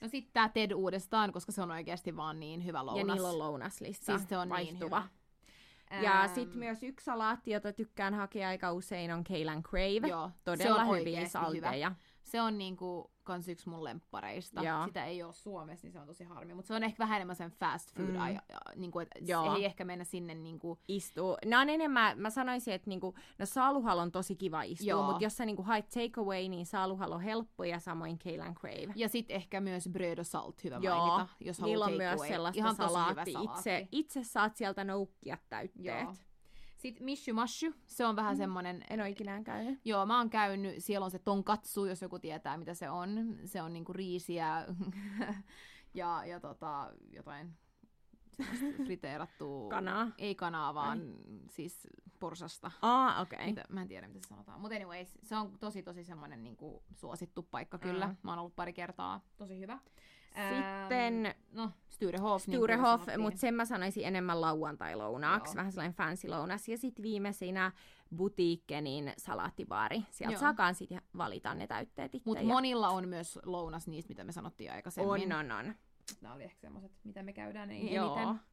Speaker 2: No sitten tää TED uudestaan, koska se on oikeasti vaan niin hyvä lounas.
Speaker 1: Ja niillä on lounaslista,
Speaker 2: Siis se on niin
Speaker 1: vaihtuva.
Speaker 2: hyvä. mm.
Speaker 1: ja
Speaker 2: Äm,
Speaker 1: sitten myös yksi salaatti, jota tykkään hakea aika usein, on Kale and Crave.
Speaker 2: Joo,
Speaker 1: Todella
Speaker 2: se on
Speaker 1: hyviä
Speaker 2: oikeesti hyvä.
Speaker 1: salteja.
Speaker 2: Se on niinku kans yksi mun lemppareista.
Speaker 1: Joo.
Speaker 2: Sitä ei ole Suomessa, niin se on tosi harmi. Mutta se on ehkä vähän enemmän sen fast food,
Speaker 1: Mm.
Speaker 2: mm. ai, ai- niinku, et s-
Speaker 1: Joo.
Speaker 2: ei ehkä mennä sinne niinku,
Speaker 1: Istuu. Nämä on enemmän, mä sanoisin, että niinku, no Saaluhal on tosi kiva istua,
Speaker 2: Joo.
Speaker 1: mutta jos sä niinku haet takeaway, niin Saaluhal on helppo ja samoin Kale and Crave.
Speaker 2: ja sitten ehkä myös bröd och salt hyvä
Speaker 1: Joo.
Speaker 2: mainita, jos haluaa
Speaker 1: Niillä on
Speaker 2: take
Speaker 1: myös
Speaker 2: away.
Speaker 1: sellaista
Speaker 2: Ihan tosi
Speaker 1: salaatti.
Speaker 2: hyvä salaatti.
Speaker 1: Itse, itse saat sieltä noukkia täytteet.
Speaker 2: Joo. Sitten Mishu Mashu, se on vähän
Speaker 1: Mm.
Speaker 2: semmonen,
Speaker 1: En ole ikinä käynyt.
Speaker 2: Joo, mä oon käynyt, siellä on se tonkatsu, jos joku tietää mitä se on. Se on niinku riisiä ja, ja tota, jotain semmoista friteerattua.
Speaker 1: Kanaa.
Speaker 2: Ei kanaa, vaan siis porsasta.
Speaker 1: Aa, okei. Okay.
Speaker 2: Mitä, mä en tiedä, mitä se sanotaan. Mutta anyways, se on tosi tosi semmonen niinku suosittu paikka kyllä.
Speaker 1: Mm.
Speaker 2: Mm. Mä oon ollut pari kertaa. Tosi hyvä.
Speaker 1: Sitten
Speaker 2: Ähm, no, Sturehof. niin kuin
Speaker 1: Sturehof,
Speaker 2: sanottiin.
Speaker 1: mutta sen mä sanoisin enemmän lauantai-lounaaksi,
Speaker 2: Joo.
Speaker 1: vähän sellainen fancy lounas. Ja sitten viimeisinä butiikke, niin salaattibaari. Sieltä
Speaker 2: Joo.
Speaker 1: saakaan sitten valita ne täytteet itse.
Speaker 2: Mut
Speaker 1: ja-
Speaker 2: monilla on myös lounas niistä, mitä me sanottiin aikaisemmin.
Speaker 1: on, on, on.
Speaker 2: Nämä oli ehkä semmoset, mitä me käydään en-
Speaker 1: Joo.
Speaker 2: niin eniten.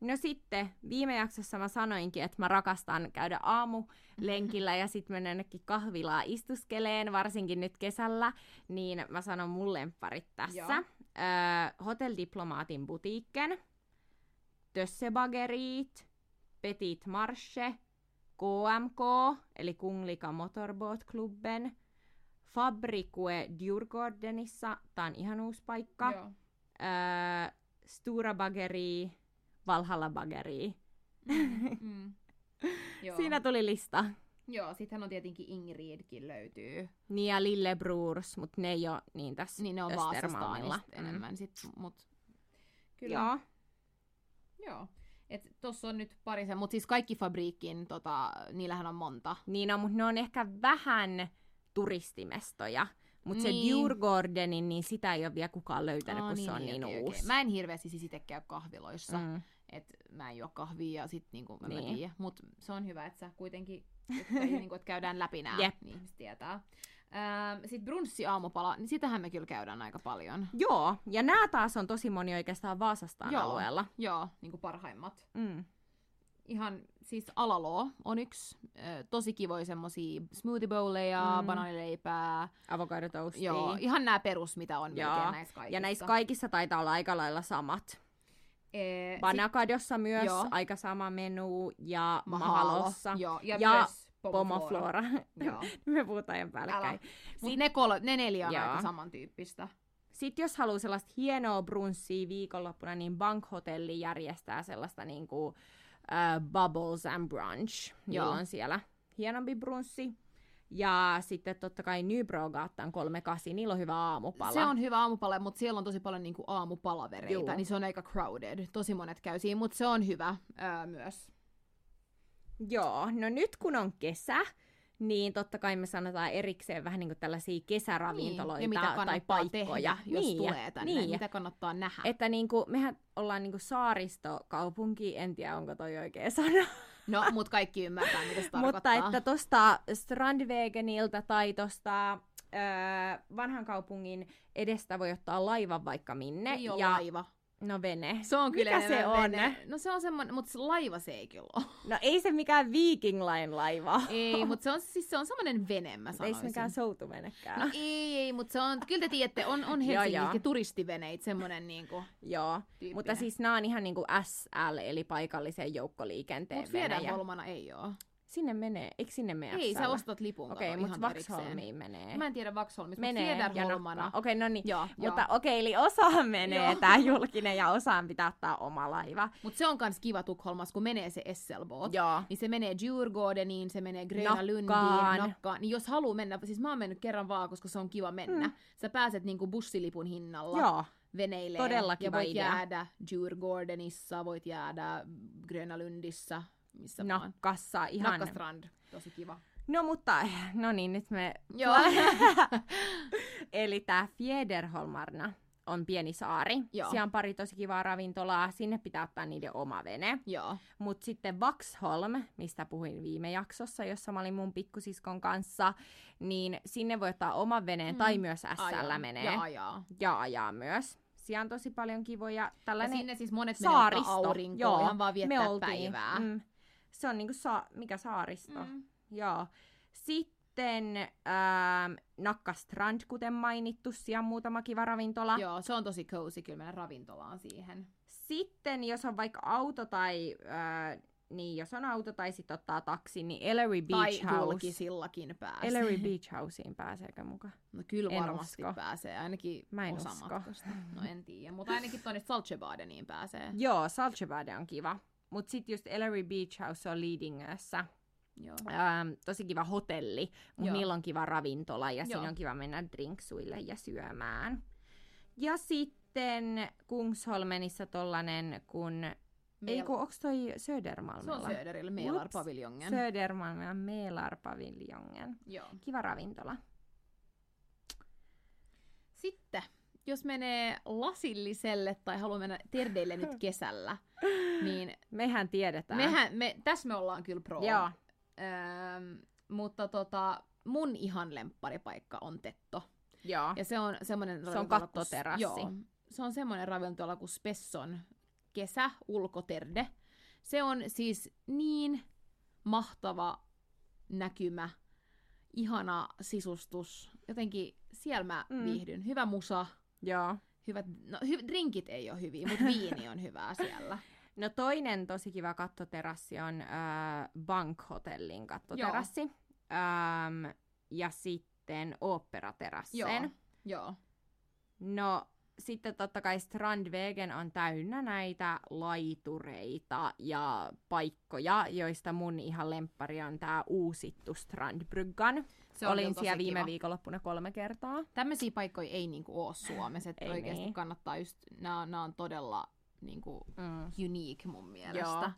Speaker 1: No sitten, viime jaksossa mä sanoinkin, että mä rakastan käydä aamulenkillä ja sitten mennä jonnekin kahvilaa istuskeleen, varsinkin nyt kesällä, niin mä sanon mun lempparit
Speaker 2: Joo.
Speaker 1: tässä. Öö, Hotel Diplomaatin butiikken, Tössebagerit, Petit Marche, KMK, eli Kunglika Motorboat Klubben, Fabrikue Djurgårdenissa, tää on ihan uusi paikka.
Speaker 2: Joo.
Speaker 1: Öö, Stura Bageri, Valhalla Bageri.
Speaker 2: Mm, mm. Joo.
Speaker 1: Siinä tuli lista.
Speaker 2: Joo, sittenhän on tietenkin Ingridkin löytyy.
Speaker 1: Niin ja Lille Brewers, mutta ne ei ole niin tässä
Speaker 2: Niin ne on
Speaker 1: Östermalmilla.
Speaker 2: Vaasasta enemmän sit, mut
Speaker 1: Mm.
Speaker 2: Mm. kyllä.
Speaker 1: Joo.
Speaker 2: Joo. Et tossa on nyt pari sen, mut siis kaikki fabriikin, tota, niillähän on monta.
Speaker 1: Niin on, mutta ne on ehkä vähän turistimestoja. Mutta se
Speaker 2: Niin.
Speaker 1: Djurgårdenin, niin sitä ei ole vielä kukaan löytänyt,
Speaker 2: Aa,
Speaker 1: kun se on
Speaker 2: okei,
Speaker 1: niin
Speaker 2: okei,
Speaker 1: uusi.
Speaker 2: Mä en hirveästi siis itse käy kahviloissa. Mm.
Speaker 1: Mm.
Speaker 2: että mä en juo kahvia ja sit niinku, en niin.
Speaker 1: Niin.
Speaker 2: tiedä. Mut se on hyvä, että sä kuitenkin, että, niinku, että käydään läpi nää,
Speaker 1: Jep.
Speaker 2: niin ihmiset tietää. Öö, sit brunssi aamupala, niin sitähän me kyllä käydään aika paljon.
Speaker 1: Joo, ja nämä taas on tosi moni oikeastaan Vaasastaan
Speaker 2: Joo.
Speaker 1: alueella.
Speaker 2: Joo, niinku parhaimmat.
Speaker 1: Mm.
Speaker 2: ihan siis alaloo on yksi ö, tosi kivoja semmosia smoothie bowleja, mm.
Speaker 1: Mm.
Speaker 2: banaanileipää,
Speaker 1: Avokadotoastia.
Speaker 2: joo, ihan nämä perus, mitä on
Speaker 1: Joo.
Speaker 2: melkein näissä kaikissa.
Speaker 1: Ja näissä kaikissa taitaa olla aika lailla samat.
Speaker 2: Ee,
Speaker 1: Vanakadossa myös
Speaker 2: Joo.
Speaker 1: aika sama menu ja
Speaker 2: sit
Speaker 1: Mahalossa.
Speaker 2: Joo, ja, ja
Speaker 1: Ja
Speaker 2: myös pomoflora.
Speaker 1: Pomoflora.
Speaker 2: Joo.
Speaker 1: Me puhutaan ihan
Speaker 2: Älä.
Speaker 1: päällekkäin.
Speaker 2: Mut ne, kol- ne neljä on
Speaker 1: Joo.
Speaker 2: aika samantyyppistä.
Speaker 1: Sitten jos haluaa sellaista hienoa brunssia viikonloppuna, niin Bank Hotelli järjestää sellaista niin kuin, uh, Bubbles and Brunch. Joo.
Speaker 2: Joo.
Speaker 1: on siellä hienompi brunssi. Ja sitten totta kai Nybrogattan 38, niillä on hyvä aamupala.
Speaker 2: Se on hyvä aamupala, mutta siellä on tosi paljon niinku aamupalavereita,
Speaker 1: Juu.
Speaker 2: niin se on aika crowded. Tosi monet käy siinä, mutta se on hyvä öö, myös.
Speaker 1: Joo, no nyt kun on kesä, niin totta kai me sanotaan erikseen vähän niin kuin tällaisia kesäravintoloita
Speaker 2: Niin, ja mitä
Speaker 1: tai
Speaker 2: kannattaa
Speaker 1: paikkoja.
Speaker 2: tehdä, jos
Speaker 1: niin, ja-
Speaker 2: tulee tänne,
Speaker 1: Niin, ja
Speaker 2: mitä kannattaa nähdä.
Speaker 1: että niin kuin, mehän ollaan niin kuin saaristokaupunki, en tiedä onko toi oikea sana.
Speaker 2: No, mut kaikki ymmärtää, mitä se
Speaker 1: Mutta
Speaker 2: tarkoittaa.
Speaker 1: että tosta Strandwegenilta tai tosta ö, vanhan kaupungin edestä voi ottaa laivan vaikka minne.
Speaker 2: ei ole
Speaker 1: ja,
Speaker 2: laiva.
Speaker 1: No vene.
Speaker 2: Se on kyllä
Speaker 1: Mikä se
Speaker 2: enemmän
Speaker 1: on?
Speaker 2: vene. No se on semmoinen, mutta se laiva se ei kyllä ole.
Speaker 1: No ei se mikään Viking Line laiva.
Speaker 2: Ei, mutta se on siis se on semmoinen vene, mä
Speaker 1: Ei
Speaker 2: sanoisin.
Speaker 1: se mikään soutuvenekään.
Speaker 2: No ei, ei mutta se on, kyllä te tiedätte, on, on
Speaker 1: Joo,
Speaker 2: Helsingissä
Speaker 1: joo.
Speaker 2: ja turistiveneitä, semmoinen niinku
Speaker 1: Joo.
Speaker 2: tyyppinen.
Speaker 1: Mutta siis nämä on ihan niinku SL, eli paikallisen joukkoliikenteen
Speaker 2: Mut viedään
Speaker 1: venejä.
Speaker 2: kolmana ei oo.
Speaker 1: Sinne menee, eikö sinne mene
Speaker 2: Ei,
Speaker 1: SL?
Speaker 2: sä ostat lipun
Speaker 1: Okei,
Speaker 2: kato,
Speaker 1: okay, mutta
Speaker 2: ihan erikseen.
Speaker 1: Vaxholmiin menee.
Speaker 2: Mä en tiedä Vaxholmissa, mutta
Speaker 1: menee
Speaker 2: viedään
Speaker 1: ja
Speaker 2: Holmana.
Speaker 1: nappaa. Okei, okay, no niin.
Speaker 2: Joo,
Speaker 1: Mutta
Speaker 2: joo.
Speaker 1: okei, eli osa menee
Speaker 2: Joo.
Speaker 1: tää julkinen ja osaan pitää ottaa oma laiva.
Speaker 2: Mut se on kans kiva Tukholmassa, kun menee se Esselboot.
Speaker 1: Joo.
Speaker 2: Niin se menee Djurgårdeniin, se menee Gröna
Speaker 1: Nackaan.
Speaker 2: Lundiin, Nakkaan. Niin jos haluaa mennä, siis mä oon mennyt kerran vaan, koska se on kiva mennä. Mm. Sä pääset niinku bussilipun hinnalla
Speaker 1: Joo.
Speaker 2: veneilee.
Speaker 1: Todella
Speaker 2: ja
Speaker 1: kiva
Speaker 2: voit
Speaker 1: idea.
Speaker 2: jäädä Djurgårdenissa, voit jäädä Grönalundissa, missä vaan.
Speaker 1: Nakkassa ihan.
Speaker 2: Nakkastrand, tosi kiva.
Speaker 1: No mutta, no niin, nyt me...
Speaker 2: Joo.
Speaker 1: Eli tää Fjederholmarna on pieni saari.
Speaker 2: Joo.
Speaker 1: Siellä on pari tosi kivaa ravintolaa. Sinne pitää ottaa niiden oma vene.
Speaker 2: Joo.
Speaker 1: Mutta sitten Vaxholm, mistä puhuin viime jaksossa, jossa mä olin mun pikkusiskon kanssa, niin sinne voi ottaa oman veneen mm. tai myös SL
Speaker 2: Ajaa.
Speaker 1: menee.
Speaker 2: Ja ajaa.
Speaker 1: ja ajaa myös. Siellä on tosi paljon kivoja.
Speaker 2: Ja
Speaker 1: Tällainen
Speaker 2: sinne siis monet menee
Speaker 1: saaristo.
Speaker 2: ottaa aurinkoon, ihan vaan viettää päivää.
Speaker 1: Mm. Se on niinku sa- mikä saaristo. Mm.
Speaker 2: Mm.
Speaker 1: Joo. Sitten ähm, Nakka Strand, kuten mainittu, siellä on muutama kiva ravintola.
Speaker 2: Joo, se on tosi cozy kyllä mennä ravintolaan siihen.
Speaker 1: Sitten jos on vaikka auto tai... Äh, niin, jos on auto tai sit ottaa taksi, niin Ellery Beach
Speaker 2: tai
Speaker 1: House.
Speaker 2: julkisillakin pääsee.
Speaker 1: Ellery Beach Houseen pääseekö muka?
Speaker 2: No kyllä
Speaker 1: En
Speaker 2: varmasti
Speaker 1: usko.
Speaker 2: pääsee, ainakin
Speaker 1: Mä en
Speaker 2: osa
Speaker 1: usko.
Speaker 2: matkasta. No en tiedä, mutta ainakin tuonne Saltsebadeniin pääsee.
Speaker 1: Joo, Saltsjöbaden on kiva. Mut sit just Ellery Beach House on Leadingössä.
Speaker 2: Joo.
Speaker 1: ähm, tosi kiva hotelli, mutta
Speaker 2: Joo.
Speaker 1: niillä on kiva ravintola ja
Speaker 2: Joo.
Speaker 1: sinne on kiva mennä drinksuille ja syömään. Ja sitten Kungsholmenissa tollanen kun... Ei
Speaker 2: Meil-
Speaker 1: kun onks toi
Speaker 2: Se on
Speaker 1: Södermalmilla?
Speaker 2: Söderillä, Meilar
Speaker 1: Whoops.
Speaker 2: Paviljongen.
Speaker 1: Södermalmen Melar Paviljongen.
Speaker 2: Joo.
Speaker 1: Kiva ravintola.
Speaker 2: Sitten, jos menee lasilliselle tai haluaa mennä terdeille nyt kesällä, niin
Speaker 1: Mehän tiedetään.
Speaker 2: mehän, me, tässä me ollaan kyllä pro.
Speaker 1: Joo.
Speaker 2: Öm, mutta tota, mun ihan lempparipaikka on Tetto.
Speaker 1: Joo.
Speaker 2: Ja se on semmoinen
Speaker 1: on
Speaker 2: ravintola kuin-
Speaker 1: kattoterassi.
Speaker 2: Joo, se on semmoinen ravintola kuin Spesson kesä ulkoterde. Se on siis niin mahtava näkymä, ihana sisustus. Jotenkin siellä mä
Speaker 1: Mm.
Speaker 2: mm. viihdyn. Hyvä musa,
Speaker 1: Joo.
Speaker 2: hyvät, no hy, drinkit ei ole hyviä, mutta viini on hyvää siellä.
Speaker 1: No toinen tosi kiva kattoterassi on äh, Bank Hotellin kattoterassi. Ähm, ja sitten oopperaterassin.
Speaker 2: Joo, joo.
Speaker 1: No sitten totta kai Strandvägen on täynnä näitä laitureita ja paikkoja, joista mun ihan lemppari on tää uusittu Strandbryggan.
Speaker 2: Se on kyllä
Speaker 1: Olin
Speaker 2: tosi
Speaker 1: siellä viime
Speaker 2: kiva.
Speaker 1: viikonloppuna kolme kertaa.
Speaker 2: Tämmöisiä paikkoja ei niinku ole Suomessa, että
Speaker 1: Ei
Speaker 2: oikeasti
Speaker 1: niin.
Speaker 2: kannattaa just, nämä, nämä on todella niinku
Speaker 1: Mm.
Speaker 2: unique mun mielestä.
Speaker 1: Joo.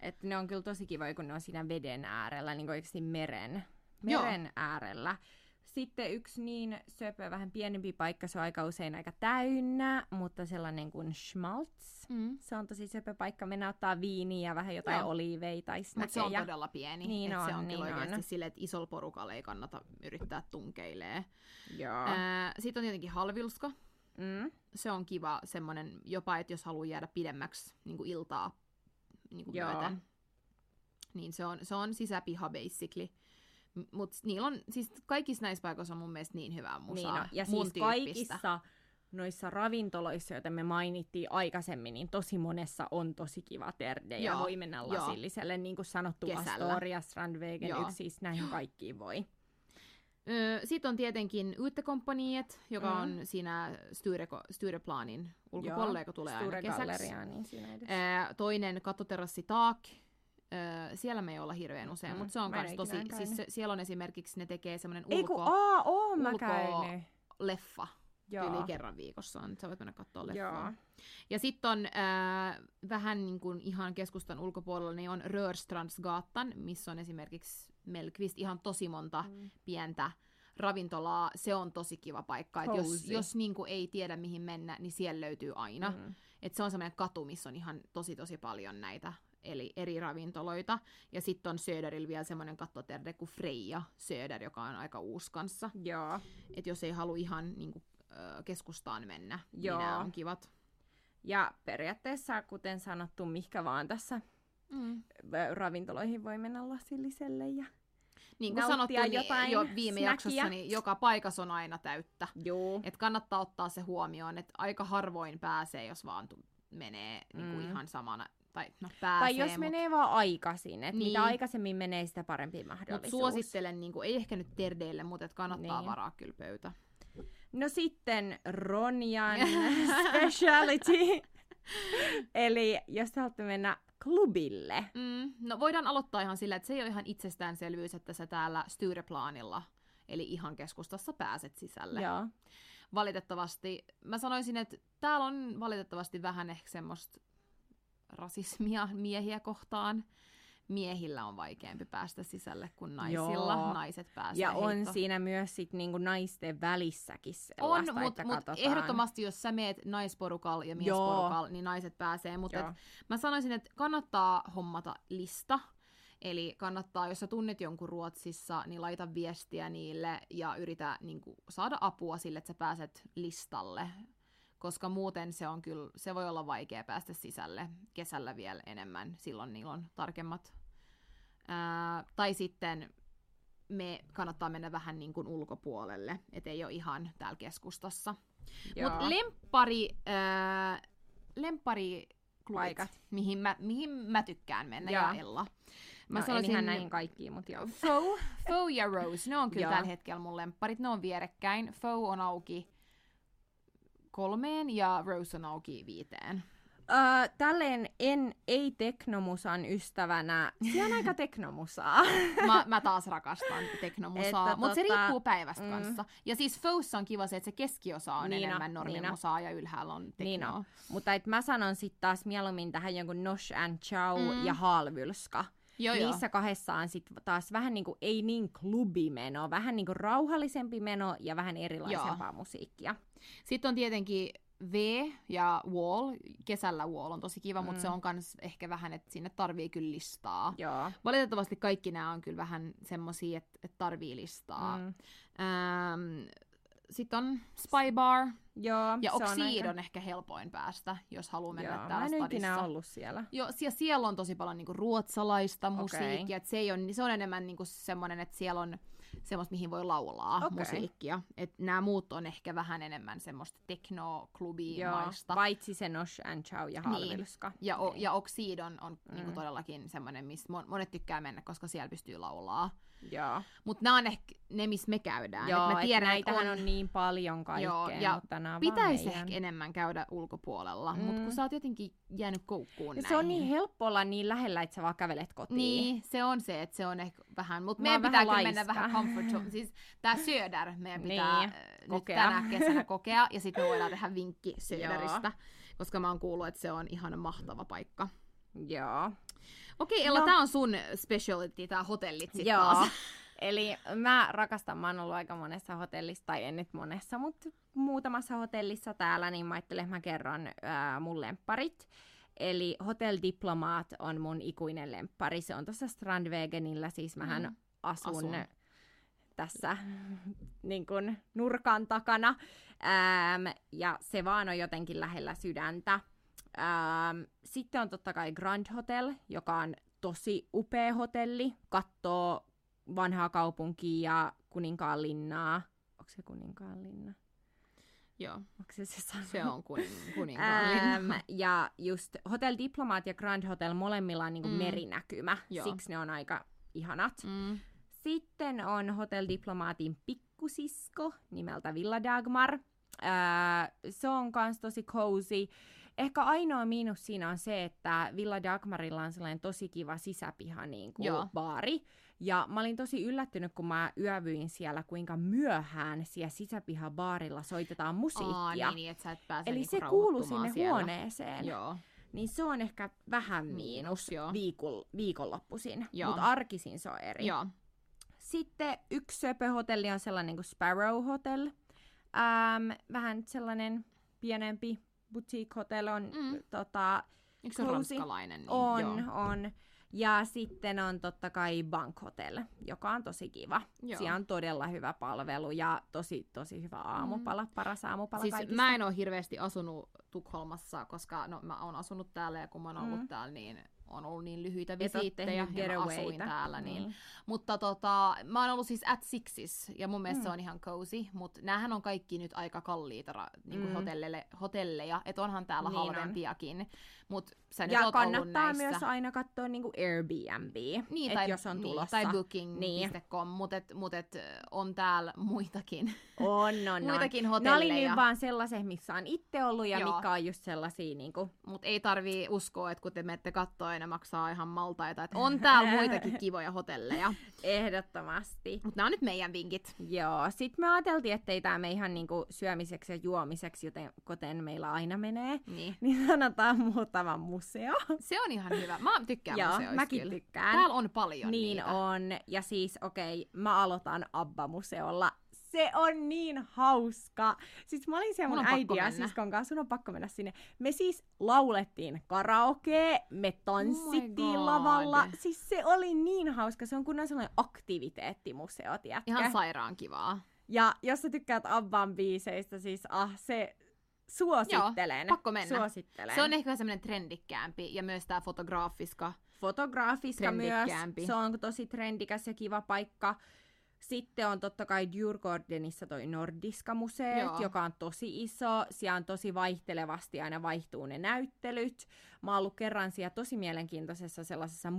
Speaker 1: Et ne on kyllä tosi kivoja, kun ne on siinä veden äärellä, niin oikeasti meren,
Speaker 2: Joo.
Speaker 1: meren äärellä. Sitten yksi niin söpö, vähän pienempi paikka, se on aika usein aika täynnä, mutta sellainen kuin Schmaltz.
Speaker 2: Mm.
Speaker 1: Se on tosi söpö paikka mennä ottaa viiniä ja vähän jotain
Speaker 2: Joo.
Speaker 1: oliiveja tai snackeja.
Speaker 2: Mutta se on todella pieni.
Speaker 1: Niin
Speaker 2: et se
Speaker 1: on,
Speaker 2: on kyllä
Speaker 1: niin
Speaker 2: oikeasti
Speaker 1: on.
Speaker 2: sille, että isolla porukalla ei kannata yrittää tunkeilee.
Speaker 1: Joo.
Speaker 2: Sitten on tietenkin halvilska.
Speaker 1: Mm.
Speaker 2: Se on kiva semmoinen, jopa että jos haluaa jäädä pidemmäksi niin kuin iltaa niin kuin
Speaker 1: Joo.
Speaker 2: myöten. Niin se on, se on sisäpiha basically. Mutta niillä on, siis kaikissa näissä paikoissa on mun mielestä niin hyvää musaa.
Speaker 1: Niin on. Ja
Speaker 2: mun
Speaker 1: siis
Speaker 2: tyyppistä.
Speaker 1: kaikissa noissa ravintoloissa, joita me mainittiin aikaisemmin, niin tosi monessa on tosi kiva terde ja
Speaker 2: Joo,
Speaker 1: voi mennä
Speaker 2: joo.
Speaker 1: lasilliselle, niin kuin sanottu
Speaker 2: Kesällä.
Speaker 1: Astoria, Strandvägen,
Speaker 2: Joo.
Speaker 1: yksi siis näihin kaikkiin voi.
Speaker 2: Sitten on tietenkin Utekompaniet, joka
Speaker 1: Mm.
Speaker 2: mm. on siinä Styreko- Styreplanin ulkopuolella, joka tulee aina
Speaker 1: Sture
Speaker 2: kesäksi.
Speaker 1: Galleriaan, niin siinä edessä.
Speaker 2: Ää, toinen katoterassi Taak. Ää, siellä me ei olla hirveän usein,
Speaker 1: Mm,
Speaker 2: mutta se on
Speaker 1: mä en
Speaker 2: myös
Speaker 1: ole
Speaker 2: tosi...
Speaker 1: ikinä käynyt.
Speaker 2: Siis se, siellä on esimerkiksi, ne tekee semmoinen
Speaker 1: Ei kun,
Speaker 2: ulko,
Speaker 1: aa, oon mä
Speaker 2: ulko-
Speaker 1: käynyt.
Speaker 2: leffa
Speaker 1: Joo.
Speaker 2: yli kerran viikossa. On. Sä voit mennä katsoa leffaa.
Speaker 1: Joo.
Speaker 2: Ja sitten on ää, vähän niin kuin ihan keskustan ulkopuolella, niin on Rörstrandsgatan, missä on esimerkiksi Melkvist ihan tosi monta
Speaker 1: Mm.
Speaker 2: pientä ravintolaa. Se on tosi kiva paikka. Et jos
Speaker 1: Cozy.
Speaker 2: jos niin kuin ei tiedä mihin mennä, niin siellä löytyy aina. Mm.
Speaker 1: Mm.
Speaker 2: Et se on semmoinen katu, missä on ihan tosi tosi paljon näitä eli eri ravintoloita. Ja sitten on Söderillä vielä semmoinen kattoterde kuin Freja Söder, joka on aika uusi kanssa.
Speaker 1: Joo.
Speaker 2: Et jos ei halua ihan niin kuin, ö, keskustaan mennä,
Speaker 1: Joo.
Speaker 2: niin nämä on kivat.
Speaker 1: Ja periaatteessa, kuten sanottu, mihkä vaan tässä
Speaker 2: Mm.
Speaker 1: ö, ravintoloihin voi mennä lasilliselle ja...
Speaker 2: Niin kuin
Speaker 1: Nauttia
Speaker 2: sanottu, niin
Speaker 1: jotain
Speaker 2: jo viime
Speaker 1: snackia.
Speaker 2: jaksossa, niin joka paikassa on aina täyttä.
Speaker 1: Joo.
Speaker 2: Et kannattaa ottaa se huomioon, että aika harvoin pääsee, jos vaan tu- menee niinku
Speaker 1: Mm.
Speaker 2: ihan samana. Tai, no, pääsee,
Speaker 1: Tai jos
Speaker 2: mut-
Speaker 1: menee vaan aikaisin, että niin.
Speaker 2: Niin.
Speaker 1: mitä aikaisemmin menee, sitä parempi
Speaker 2: Mut
Speaker 1: mahdollisuus.
Speaker 2: suosittelen, niinku, ei ehkä nyt terdeille, mutta et kannattaa
Speaker 1: Niin.
Speaker 2: varaa kyllä pöytä.
Speaker 1: No sitten Ronjan speciality. Eli jos te haluatte mennä klubille.
Speaker 2: Mm, no voidaan aloittaa ihan sillä, että se ei ole ihan itsestäänselvyys, että sä täällä Styreplanilla, eli ihan keskustassa pääset sisälle.
Speaker 1: Joo.
Speaker 2: valitettavasti, mä sanoisin, että täällä on valitettavasti vähän ehkä semmoista rasismia miehiä kohtaan. Miehillä on vaikeampi päästä sisälle kuin naisilla.
Speaker 1: Joo.
Speaker 2: Joo. Naiset pääsee
Speaker 1: Ja on
Speaker 2: heitto.
Speaker 1: siinä myös sit niinku naisten välissäkin
Speaker 2: on,
Speaker 1: sellaista,
Speaker 2: mutta
Speaker 1: että
Speaker 2: mut
Speaker 1: katsotaan.
Speaker 2: ehdottomasti jos sä meet naisporukalla ja miesporukalla, niin naiset pääsee. Mutta
Speaker 1: Joo.
Speaker 2: et mä sanoisin, että kannattaa hommata lista. Eli kannattaa, jos sä tunnet jonkun Ruotsissa, niin laita viestiä niille ja yritä niin kuin, saada apua sille, että sä pääset listalle. Koska muuten se, on kyllä, se voi olla vaikea päästä sisälle kesällä vielä enemmän. Silloin niillä on tarkemmat. Ää, tai sitten me kannattaa mennä vähän niin kuin ulkopuolelle, ettei ole ihan täällä keskustassa.
Speaker 1: Joo.
Speaker 2: Mutta lempari, äh, lempari
Speaker 1: Paikat.
Speaker 2: mihin mä, mihin mä tykkään mennä
Speaker 1: Joo.
Speaker 2: ja, Ella. Mä
Speaker 1: no, en
Speaker 2: sanoisin
Speaker 1: ihan näihin kaikkiin, mutta joo.
Speaker 2: Faux, Faux ja Rose, ne on kyllä
Speaker 1: Joo.
Speaker 2: tällä hetkellä mun lempparit, ne on vierekkäin. Faux on auki kolmeen ja Rose on auki viiteen.
Speaker 1: Öö, tälleen en ei-teknomusan ystävänä. Siellä on aika teknomusaa.
Speaker 2: Mä, mä taas rakastan teknomusaa,
Speaker 1: Että
Speaker 2: mutta se
Speaker 1: tota,
Speaker 2: riippuu päivästä
Speaker 1: mm.
Speaker 2: mm. kanssa. Ja siis Foussa on kiva se, että se keskiosa on
Speaker 1: Niina,
Speaker 2: enemmän normimusaa ja ylhäällä on
Speaker 1: Niina.
Speaker 2: teknoa.
Speaker 1: Mutta et mä sanon sitten taas mieluummin tähän jonkun Nosh and Chow mm.
Speaker 2: Mm.
Speaker 1: ja Halvylska.
Speaker 2: Joo, joo.
Speaker 1: Niissä kahdessa on sit taas vähän niinku, ei niin klubimeno, vähän niinku rauhallisempi meno ja vähän erilaisempaa musiikkia.
Speaker 2: Sitten on tietenkin V ja Wall. Kesällä Wall on tosi kiva, mm. mutta se on kans ehkä vähän, että sinne tarvii kyllä listaa.
Speaker 1: Joo.
Speaker 2: Valitettavasti kaikki nämä on kyllä vähän semmosia, että et tarvii listaa. Mm.
Speaker 1: Mm.
Speaker 2: Ähm, sitten on Spy Bar
Speaker 1: Joo,
Speaker 2: ja
Speaker 1: se on
Speaker 2: Oxid
Speaker 1: aika-
Speaker 2: on ehkä helpoin päästä, jos haluaa mennä
Speaker 1: Joo, mä
Speaker 2: täällä
Speaker 1: en ole ikinä
Speaker 2: stadissa.
Speaker 1: ollut siellä.
Speaker 2: Joo, ja siellä on tosi paljon niinku ruotsalaista musiikkia, et se, ei on, se on enemmän niinku semmoinen, että siellä on semmoista, mihin voi laulaa
Speaker 1: Okei.
Speaker 2: okay. musiikkia. Et nämä muut on ehkä vähän enemmän semmoista teknoklubimaista.
Speaker 1: Paitsi se Nosh and Chow ja Halvylska.
Speaker 2: Niin. Ja, o,
Speaker 1: Niin.
Speaker 2: ja Oxid on, on mm. niinku
Speaker 1: Mm.
Speaker 2: todellakin semmoinen, missä mon- monet tykkää mennä, koska siellä pystyy laulaa.
Speaker 1: Joo.
Speaker 2: Mutta nämä on ehkä ne, missä me käydään.
Speaker 1: Joo,
Speaker 2: et mä
Speaker 1: et
Speaker 2: tiedän, et
Speaker 1: näitähän on... on niin paljon kaikkea,
Speaker 2: Joo, ja
Speaker 1: mutta nämä on vaan
Speaker 2: Pitäisi
Speaker 1: meidän.
Speaker 2: ehkä enemmän käydä ulkopuolella, mm. mutta
Speaker 1: Mm.
Speaker 2: kun sä oot jotenkin jäänyt koukkuun
Speaker 1: Ja
Speaker 2: näihin.
Speaker 1: se on niin helppo olla niin lähellä, että sä vaan kävelet kotiin.
Speaker 2: Niin, se on se, että se on ehkä vähän, mutta
Speaker 1: Mä oon
Speaker 2: meidän pitää
Speaker 1: vähän
Speaker 2: kyllä
Speaker 1: laiska.
Speaker 2: mennä vähän comfort zone. Siis tää Söder meidän pitää
Speaker 1: Niin,
Speaker 2: niin, nyt
Speaker 1: kokea.
Speaker 2: tänä kesänä kokea ja sitten me voidaan tehdä vinkki Söderistä, koska mä oon kuullut, että se on ihan mahtava paikka.
Speaker 1: Joo.
Speaker 2: Okei Ella,
Speaker 1: No.
Speaker 2: tää on sun speciality, tää hotellit sit
Speaker 1: Joo.
Speaker 2: taas.
Speaker 1: Eli mä rakastan, mä oon ollut aika monessa hotellissa, tai en nyt monessa, mutta muutamassa hotellissa täällä, niin mä ajattelen, että mä kerron ää, mun lempparit. Eli Hotel Diplomaat on mun ikuinen lemppari. Se on tuossa Strandwegenillä, siis mähän
Speaker 2: Mm.
Speaker 1: mm. asun,
Speaker 2: Asun.
Speaker 1: asun tässä niin kun, nurkan takana. Ähm, ja se vaan on jotenkin lähellä sydäntä. Ähm, sitten on totta kai Grand Hotel, joka on tosi upea hotelli. Kattoo vanhaa kaupunkia ja kuninkaanlinnaa. Onko se kuninkaanlinna?
Speaker 2: Joo,
Speaker 1: Onko se se sana?
Speaker 2: se on kunin,
Speaker 1: Äm,
Speaker 2: kuninkaallinen.
Speaker 1: ja just Hotel Diplomat ja Grand Hotel molemmilla on niinku
Speaker 2: Mm.
Speaker 1: mm. merinäkymä,
Speaker 2: Joo.
Speaker 1: Joo. siksi ne on aika ihanat. Mm.
Speaker 2: Mm.
Speaker 1: Sitten on Hotel Diplomaatin pikkusisko nimeltä Villa Dagmar. Ää, se on kans tosi cozy. Ehkä ainoa miinus siinä on se, että Villa Dagmarilla on sellainen tosi kiva sisäpiha niin kuin
Speaker 2: Joo.
Speaker 1: baari. Ja mä olin tosi yllättynyt, kun mä yövyin siellä, kuinka myöhään siellä sisäpihabaarilla soitetaan musiikkia.
Speaker 2: Aa, niin, niin, että sä et pääse
Speaker 1: Eli
Speaker 2: niinku
Speaker 1: se kuuluu
Speaker 2: rauhoittumaan
Speaker 1: sinne
Speaker 2: siellä.
Speaker 1: siellä. huoneeseen. Joo.
Speaker 2: Joo,
Speaker 1: Niin se on ehkä vähän miinus
Speaker 2: Miinus, joo.
Speaker 1: viikon, viikonloppuisin,
Speaker 2: Joo.
Speaker 1: mutta arkisin se on eri.
Speaker 2: joo.
Speaker 1: Sitten yksi söpöhotelli on sellainen kuin Sparrow Hotel. Ähm, vähän sellainen pienempi boutique hotel on,
Speaker 2: Mm.
Speaker 1: mm. tota,
Speaker 2: Eikö se ole
Speaker 1: Cozy?
Speaker 2: ranskalainen? Niin,
Speaker 1: on,
Speaker 2: Joo.
Speaker 1: on. Ja sitten on totta kai Bank Hotel, joka on tosi kiva.
Speaker 2: Joo.
Speaker 1: Joo. Siellä on todella hyvä palvelu ja tosi, tosi hyvä aamupala, mm. paras aamupala
Speaker 2: Siis
Speaker 1: kaikista.
Speaker 2: mä en ole hirveästi asunut Tukholmassa, koska no, mä oon asunut täällä ja kun mä oon ollut
Speaker 1: Mm.
Speaker 2: täällä, niin on ollut niin lyhyitä
Speaker 1: Et oo
Speaker 2: visiittejä
Speaker 1: tehnyt
Speaker 2: ja mä asuin
Speaker 1: getawayta.
Speaker 2: täällä. Niin.
Speaker 1: Niin.
Speaker 2: Mutta tota, mä oon ollut siis at sixis ja mun mielestä mm. se
Speaker 1: Mm.
Speaker 2: on ihan cozy, mutta näähän on kaikki nyt aika kalliita ra- niinku
Speaker 1: Mm.
Speaker 2: hotellele, hotelleja, että onhan täällä niin
Speaker 1: Niin on.
Speaker 2: halvempiakin, mutta sä nyt
Speaker 1: Ja
Speaker 2: oot
Speaker 1: kannattaa
Speaker 2: ollut näissä.
Speaker 1: myös aina katsoa niinku Airbnb, niin,
Speaker 2: Niin,
Speaker 1: että
Speaker 2: tai,
Speaker 1: jos on tulossa.
Speaker 2: Niin, tai
Speaker 1: Niin.
Speaker 2: booking.com, niin. mutta et, mut et, äh, on täällä muitakin,
Speaker 1: on, on, on.
Speaker 2: muitakin
Speaker 1: Ne oli niin
Speaker 2: hotelleja.
Speaker 1: nyt vaan sellaiset, missä on itse ollut ja
Speaker 2: Joo.
Speaker 1: Joo. mikä on just sellaisia niinku...
Speaker 2: Mutta ei tarvii uskoa, että kun te menette kattoon ja ne maksaa ihan maltaita. Että on täällä muitakin kivoja hotelleja.
Speaker 1: Ehdottomasti.
Speaker 2: Mutta nämä on nyt meidän vinkit.
Speaker 1: Joo, sit me ajateltiin, ettei tää me ihan niinku syömiseksi ja juomiseksi, joten koten meillä aina menee.
Speaker 2: Niin.
Speaker 1: Niin sanotaan muutama museo.
Speaker 2: Se on ihan hyvä. Mä tykkään
Speaker 1: Joo,
Speaker 2: museoista
Speaker 1: mäkin
Speaker 2: kyllä.
Speaker 1: tykkään.
Speaker 2: Täällä on paljon
Speaker 1: niin
Speaker 2: niitä.
Speaker 1: on. Ja siis, okei, okay, mä aloitan Abba-museolla. Se on niin hauska. Siis mä olin siellä mun
Speaker 2: Mun on pakko
Speaker 1: äidin ja
Speaker 2: mennä.
Speaker 1: siskon kanssa, sun on pakko mennä sinne. Me siis laulettiin karaoke, me tanssittiin
Speaker 2: Oh god.
Speaker 1: lavalla. Siis se oli niin hauska. Se on kunnon sellainen aktiviteettimuseo, tiedätkö?
Speaker 2: Ihan sairaan kivaa.
Speaker 1: Ja jos sä tykkäät Abban biiseistä, siis ah, se suosittelen.
Speaker 2: pakko mennä.
Speaker 1: Suosittelen.
Speaker 2: Se on ehkä semmoinen trendikkäämpi ja myös tää fotograafiska.
Speaker 1: fotograafista myös.
Speaker 2: Trendikkäämpi.
Speaker 1: Se on tosi trendikäs ja kiva paikka. Sitten on totta kai Djurgårdenissa toi Nordiska museet,
Speaker 2: Joo.
Speaker 1: joka on tosi iso. Siellä on tosi vaihtelevasti, aina vaihtuu ne näyttelyt. Mä oon ollut kerran siellä tosi mielenkiintoisessa sellaisessa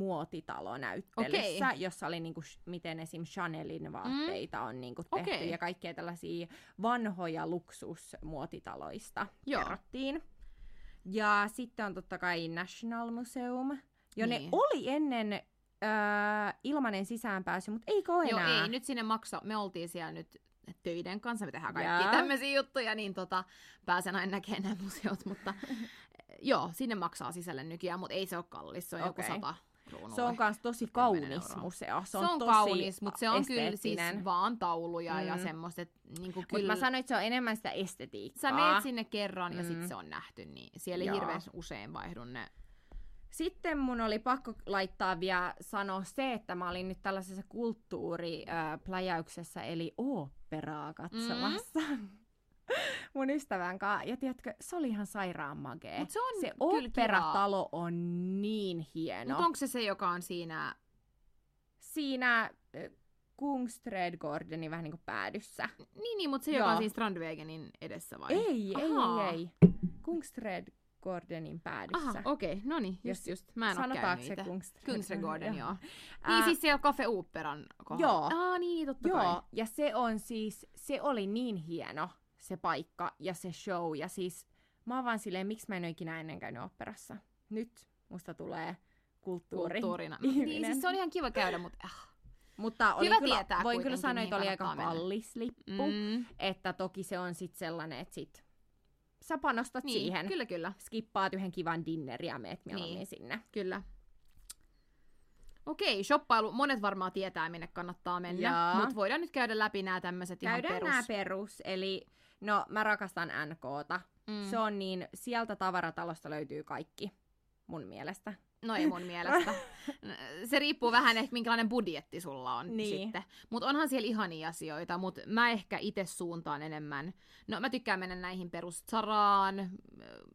Speaker 1: muotitalonäyttelyssä,
Speaker 2: Okei.
Speaker 1: okay. jossa oli niinku, sh- miten esim. Chanelin vaatteita mm. on niinku tehty
Speaker 2: Okei.
Speaker 1: okay. ja kaikkea tällaisia vanhoja luksusmuotitaloista
Speaker 2: Joo.
Speaker 1: kerrottiin. Ja sitten on totta kai National Museum, jo niin.
Speaker 2: Niin.
Speaker 1: ne oli ennen öö, ilmanen sisäänpääsy, mutta eikö ole
Speaker 2: Joo,
Speaker 1: enää?
Speaker 2: ei, nyt sinne maksa. Me oltiin siellä nyt töiden kanssa, me tehdään kaikki
Speaker 1: Jaa.
Speaker 2: tämmöisiä juttuja, niin tota, pääsen aina näkemään nämä museot, mutta joo, sinne maksaa sisälle nykyään, mutta ei se ole kallis, se on joku
Speaker 1: Okei.
Speaker 2: sata kruunua.
Speaker 1: se on myös tosi
Speaker 2: 10
Speaker 1: kaunis
Speaker 2: euroa.
Speaker 1: museo. Se
Speaker 2: se
Speaker 1: on,
Speaker 2: on
Speaker 1: tosi
Speaker 2: kaunis, mutta se on kyllä siis
Speaker 1: esteettinen.
Speaker 2: vaan tauluja ja
Speaker 1: Mm.
Speaker 2: semmoista, että niinku
Speaker 1: Mut
Speaker 2: kyllä...
Speaker 1: mä sanoin, että se on enemmän sitä estetiikkaa.
Speaker 2: Sä meet sinne kerran ja
Speaker 1: Mm.
Speaker 2: sit se on nähty, niin siellä ei
Speaker 1: Joo.
Speaker 2: hirveän usein vaihdu ne.
Speaker 1: Sitten mun oli pakko laittaa vielä sanoa se, että mä olin nyt tällaisessa kulttuuripläjäyksessä, eli oopperaa katsomassa. Mm. mun ystävän kanssa. Ja tiedätkö, se oli ihan sairaan magee.
Speaker 2: Mut se on
Speaker 1: se
Speaker 2: kyllä kivaa.
Speaker 1: oopperatalo on niin hieno.
Speaker 2: Mutta onko se se, joka on siinä
Speaker 1: siinä ö, Kungsträdgårdenin vähän niinku päädyssä.
Speaker 2: Niin, niin mutta se, joka on
Speaker 1: Joo.
Speaker 2: siinä Strandvägenin edessä vai?
Speaker 1: Ei,
Speaker 2: Ahaa.
Speaker 1: ei, ei, ei. Kungsträdgårdenin päädyssä.
Speaker 2: Aha, okei, no niin,
Speaker 1: Jos-
Speaker 2: just just. Mä en oo
Speaker 1: Sanotaanko
Speaker 2: käynyt
Speaker 1: se
Speaker 2: niitä.
Speaker 1: Kungsträdgården?
Speaker 2: Kungsträdgården, joo. Niin siis siellä Cafe Operan kohdalla.
Speaker 1: Joo.
Speaker 2: Ah, niin, totta
Speaker 1: Joo,
Speaker 2: kai.
Speaker 1: ja se on siis, se oli niin hieno se paikka ja se show. Ja siis mä oon vaan silleen, miksi mä en ole ikinä ennen käynyt operassa. Nyt musta tulee kulttuuri.
Speaker 2: Kulttuurina.
Speaker 1: Ihminen.
Speaker 2: Niin, siis se on ihan kiva käydä, mutta äh.
Speaker 1: Mutta oli
Speaker 2: Hyvä
Speaker 1: kyllä,
Speaker 2: tietää
Speaker 1: voin kyllä
Speaker 2: kuitenkin,
Speaker 1: sanoa,
Speaker 2: mihin
Speaker 1: että oli aika
Speaker 2: kannattaa mennä.
Speaker 1: kallis lippu. Mm.
Speaker 2: Mm,
Speaker 1: Että toki se on sit sellainen, että sit sä panostat
Speaker 2: niin,
Speaker 1: siihen.
Speaker 2: kyllä, Niin. kyllä,
Speaker 1: skippaat yhden kivan dinnerin ja meet mieluummin
Speaker 2: Niin.
Speaker 1: niin. sinne.
Speaker 2: kyllä. Okei, shoppailu. Monet varmaan tietää, minne kannattaa mennä.
Speaker 1: Jaa.
Speaker 2: Mutta voidaan nyt käydä läpi nämä tämmöiset ihan
Speaker 1: Käydään
Speaker 2: perus.
Speaker 1: nämä perus, eli no mä rakastan NKta. Mm. Se on niin, sieltä tavaratalosta löytyy kaikki, mun mielestä.
Speaker 2: No ei mun mielestä. Se riippuu vähän ehkä minkälainen budjetti sulla on
Speaker 1: Niin.
Speaker 2: niin. sitten. Mutta onhan siellä ihania asioita, mutta mä ehkä itse suuntaan enemmän. No mä tykkään mennä näihin perus Zaraan, äh,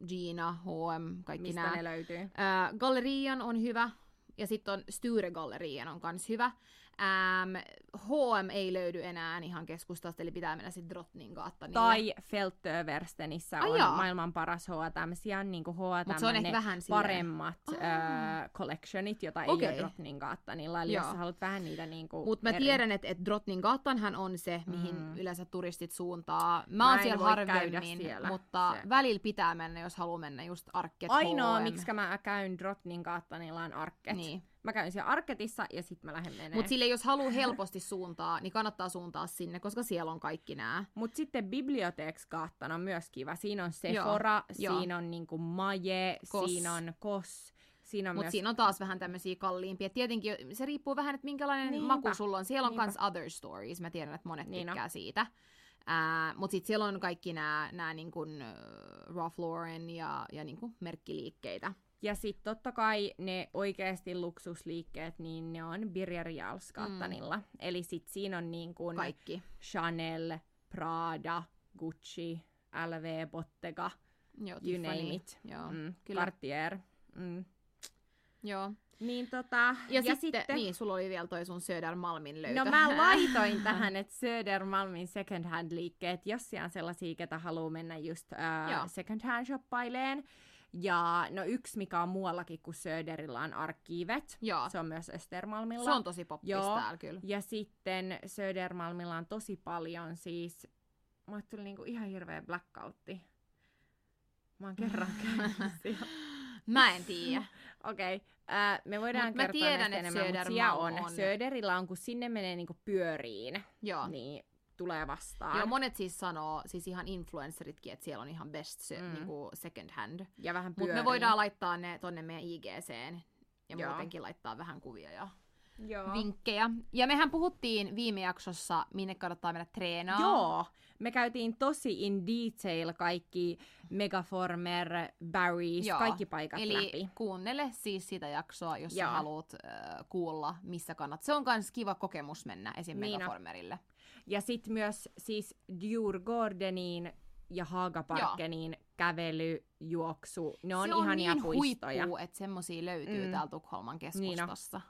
Speaker 2: Gina, H&M, kaikki
Speaker 1: Mistä
Speaker 2: nämä.
Speaker 1: ne löytyy?
Speaker 2: Äh, Gallerian on hyvä. Ja sitten on Sture Gallerian on kans hyvä. Ähm, H&M ei löydy enää ihan keskustasta, eli pitää mennä sitten Drottnin kautta.
Speaker 1: Tai Feltöverstenissä
Speaker 2: Ai
Speaker 1: on
Speaker 2: jaa.
Speaker 1: maailman paras H&M. Siellä on niin H&M
Speaker 2: Mutta se on
Speaker 1: ne
Speaker 2: ehkä vähän silleen-
Speaker 1: paremmat öö, collectionit, jota ei
Speaker 2: Okei.
Speaker 1: ole Drottnin kautta. Niin lailla, jos
Speaker 2: Joo.
Speaker 1: sä haluat vähän niitä niinku
Speaker 2: Mutta mä
Speaker 1: eri-
Speaker 2: tiedän, että et Drotnin hän on se, mihin
Speaker 1: Mm.
Speaker 2: mm. yleensä turistit suuntaa. Mä,
Speaker 1: Mä
Speaker 2: oon
Speaker 1: en
Speaker 2: siellä
Speaker 1: voi käydä
Speaker 2: harvemmin,
Speaker 1: siellä.
Speaker 2: mutta
Speaker 1: Se-
Speaker 2: se. välillä pitää mennä, jos haluaa mennä just Arkket
Speaker 1: Ainoa,
Speaker 2: H&M.
Speaker 1: miksi mä käyn Drottnin kautta, niin on Arket.
Speaker 2: Niin.
Speaker 1: Mä käyn siellä Arketissa ja sit mä lähden menee.
Speaker 2: Mutta sille, jos haluaa helposti suuntaa, niin kannattaa suuntaa sinne, koska siellä on kaikki nämä.
Speaker 1: Mut sitten biblioteeks kaattana on myös kiva. Siinä on
Speaker 2: Joo,
Speaker 1: Sephora,
Speaker 2: joo.
Speaker 1: siinä on niinku Maje,
Speaker 2: Kos.
Speaker 1: siinä on Kos. Siinä on
Speaker 2: Mutta
Speaker 1: myös...
Speaker 2: siinä on taas vähän tämmöisiä kalliimpia. Tietenkin jo- se riippuu vähän, että minkälainen
Speaker 1: Niinpä,
Speaker 2: Niinpä. maku sulla on. Siellä on
Speaker 1: niinpä.
Speaker 2: myös Other Stories. Mä tiedän, että monet
Speaker 1: Niin on.
Speaker 2: niin tykkää siitä. Äh, Mutta sitten siellä on kaikki nämä niin kuin, äh, Ralph Lauren ja, ja niin kuin merkkiliikkeitä.
Speaker 1: Ja sitten totta kai ne oikeasti luksusliikkeet, niin ne on Birger Jalskattanilla. Mm. Eli sit siinä on niin kuin
Speaker 2: Kaikki.
Speaker 1: Chanel, Prada, Gucci, LV, Bottega,
Speaker 2: Joo,
Speaker 1: you
Speaker 2: Tiffany.
Speaker 1: name it.
Speaker 2: Joo,
Speaker 1: Mm,
Speaker 2: kyllä.
Speaker 1: Cartier. Mm.
Speaker 2: Joo.
Speaker 1: Niin tota,
Speaker 2: Ja, ja sitten, sitten, niin, sulla oli vielä toi sun Söder Malmin löytö.
Speaker 1: No mä laitoin tähän, että Södermalmin second hand liikkeet, jos siellä on sellaisia, ketä haluaa mennä just
Speaker 2: Joo.
Speaker 1: äh, second hand shoppaileen. Ja no yksi, mikä on muuallakin kuin Söderillä on arkiivet.
Speaker 2: Joo,
Speaker 1: Se on myös Östermalmilla.
Speaker 2: se on tosi poppista
Speaker 1: Joo.
Speaker 2: täällä kyllä.
Speaker 1: Ja sitten Södermalmilla on tosi paljon siis, mulle tuli niinku ihan hirveä blackoutti. Mä oon kerran käynyt siellä.
Speaker 2: Mä en tiedä.
Speaker 1: Okei, okay. äh, me voidaan
Speaker 2: Mut mä
Speaker 1: kertoa
Speaker 2: tiedän,
Speaker 1: näistä
Speaker 2: että
Speaker 1: enemmän, mutta siellä
Speaker 2: Södermalm
Speaker 1: on.
Speaker 2: on.
Speaker 1: Söderillä on, kun sinne menee niinku pyöriin,
Speaker 2: Joo. Niin.
Speaker 1: niin tulee vastaan.
Speaker 2: Joo, monet siis sanoo, siis ihan influenceritkin, että siellä on ihan best se,
Speaker 1: Mm.
Speaker 2: mm. niinku second hand.
Speaker 1: ja vähän
Speaker 2: Mutta
Speaker 1: pyöriin.
Speaker 2: me voidaan laittaa ne tonne meidän IGCen ja
Speaker 1: Joo.
Speaker 2: Joo. muutenkin laittaa vähän kuvia ja
Speaker 1: Joo.
Speaker 2: vinkkejä. Ja mehän puhuttiin viime jaksossa, minne kannattaa mennä treenaamaan.
Speaker 1: Joo, me käytiin tosi in detail kaikki Megaformer, Barry's,
Speaker 2: Joo.
Speaker 1: kaikki paikat
Speaker 2: Eli
Speaker 1: läpi.
Speaker 2: kuuntele siis sitä jaksoa, jos sä
Speaker 1: Joo.
Speaker 2: haluat äh, kuulla, missä kannat. Se on myös kiva kokemus mennä esim.
Speaker 1: Niin on.
Speaker 2: Megaformerille.
Speaker 1: Ja sitten myös siis Djurgårdeniin ja Haagaparkkeniin kävely, juoksu, ne on,
Speaker 2: se on
Speaker 1: ihania
Speaker 2: niin
Speaker 1: puistoja.
Speaker 2: huippu, että semmosia löytyy
Speaker 1: Mm.
Speaker 2: mm. täällä Tukholman keskustassa.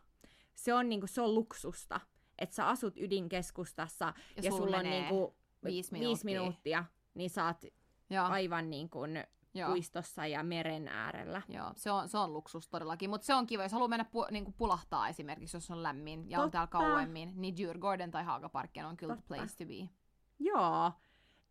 Speaker 1: Se on niinku, se on luksusta, että sä asut ydinkeskustassa ja, ja
Speaker 2: sul
Speaker 1: sulla on
Speaker 2: menee
Speaker 1: niinku
Speaker 2: viisi
Speaker 1: viisi
Speaker 2: minuuttia.
Speaker 1: minuuttia, niin sä oot
Speaker 2: Joo,
Speaker 1: aivan niin kuin
Speaker 2: joo,
Speaker 1: puistossa ja meren äärellä.
Speaker 2: joo. Se, on, se on luksus todellakin, mutta se on kiva, jos haluaa mennä pu, niin pulahtaa esimerkiksi, jos on lämmin ja on täällä
Speaker 1: Totta.
Speaker 2: kauemmin, niin Djurgården tai Haagaparkken on kyllä the
Speaker 1: Totta.
Speaker 2: place to be.
Speaker 1: Joo.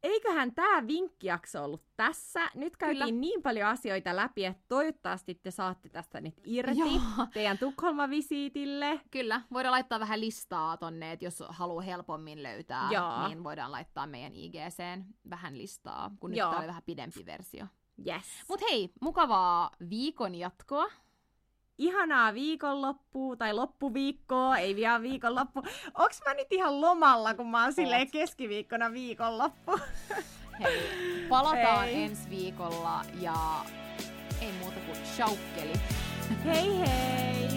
Speaker 1: Eiköhän tämä vinkkijakso ollut tässä. Nyt käytiin
Speaker 2: Kyllä.
Speaker 1: niin paljon asioita läpi, että toivottavasti te saatte tästä nyt irti
Speaker 2: Joo.
Speaker 1: teidän Tukholma-visiitille.
Speaker 2: Kyllä, voidaan laittaa vähän listaa tonne, että jos haluaa helpommin löytää,
Speaker 1: Joo.
Speaker 2: niin voidaan laittaa meidän IGCen vähän listaa, kun nyt
Speaker 1: Joo.
Speaker 2: tää oli vähän pidempi versio.
Speaker 1: Yes.
Speaker 2: Mut hei, mukavaa viikon jatkoa.
Speaker 1: ihanaa viikonloppua tai loppuviikkoa, ei vielä viikonloppu. Onks mä nyt ihan lomalla, kun mä oon silleen keskiviikkona viikonloppu?
Speaker 2: Hei, palataan
Speaker 1: Hei.
Speaker 2: ensi viikolla ja ei muuta kuin shaukkeli.
Speaker 1: Hei hei!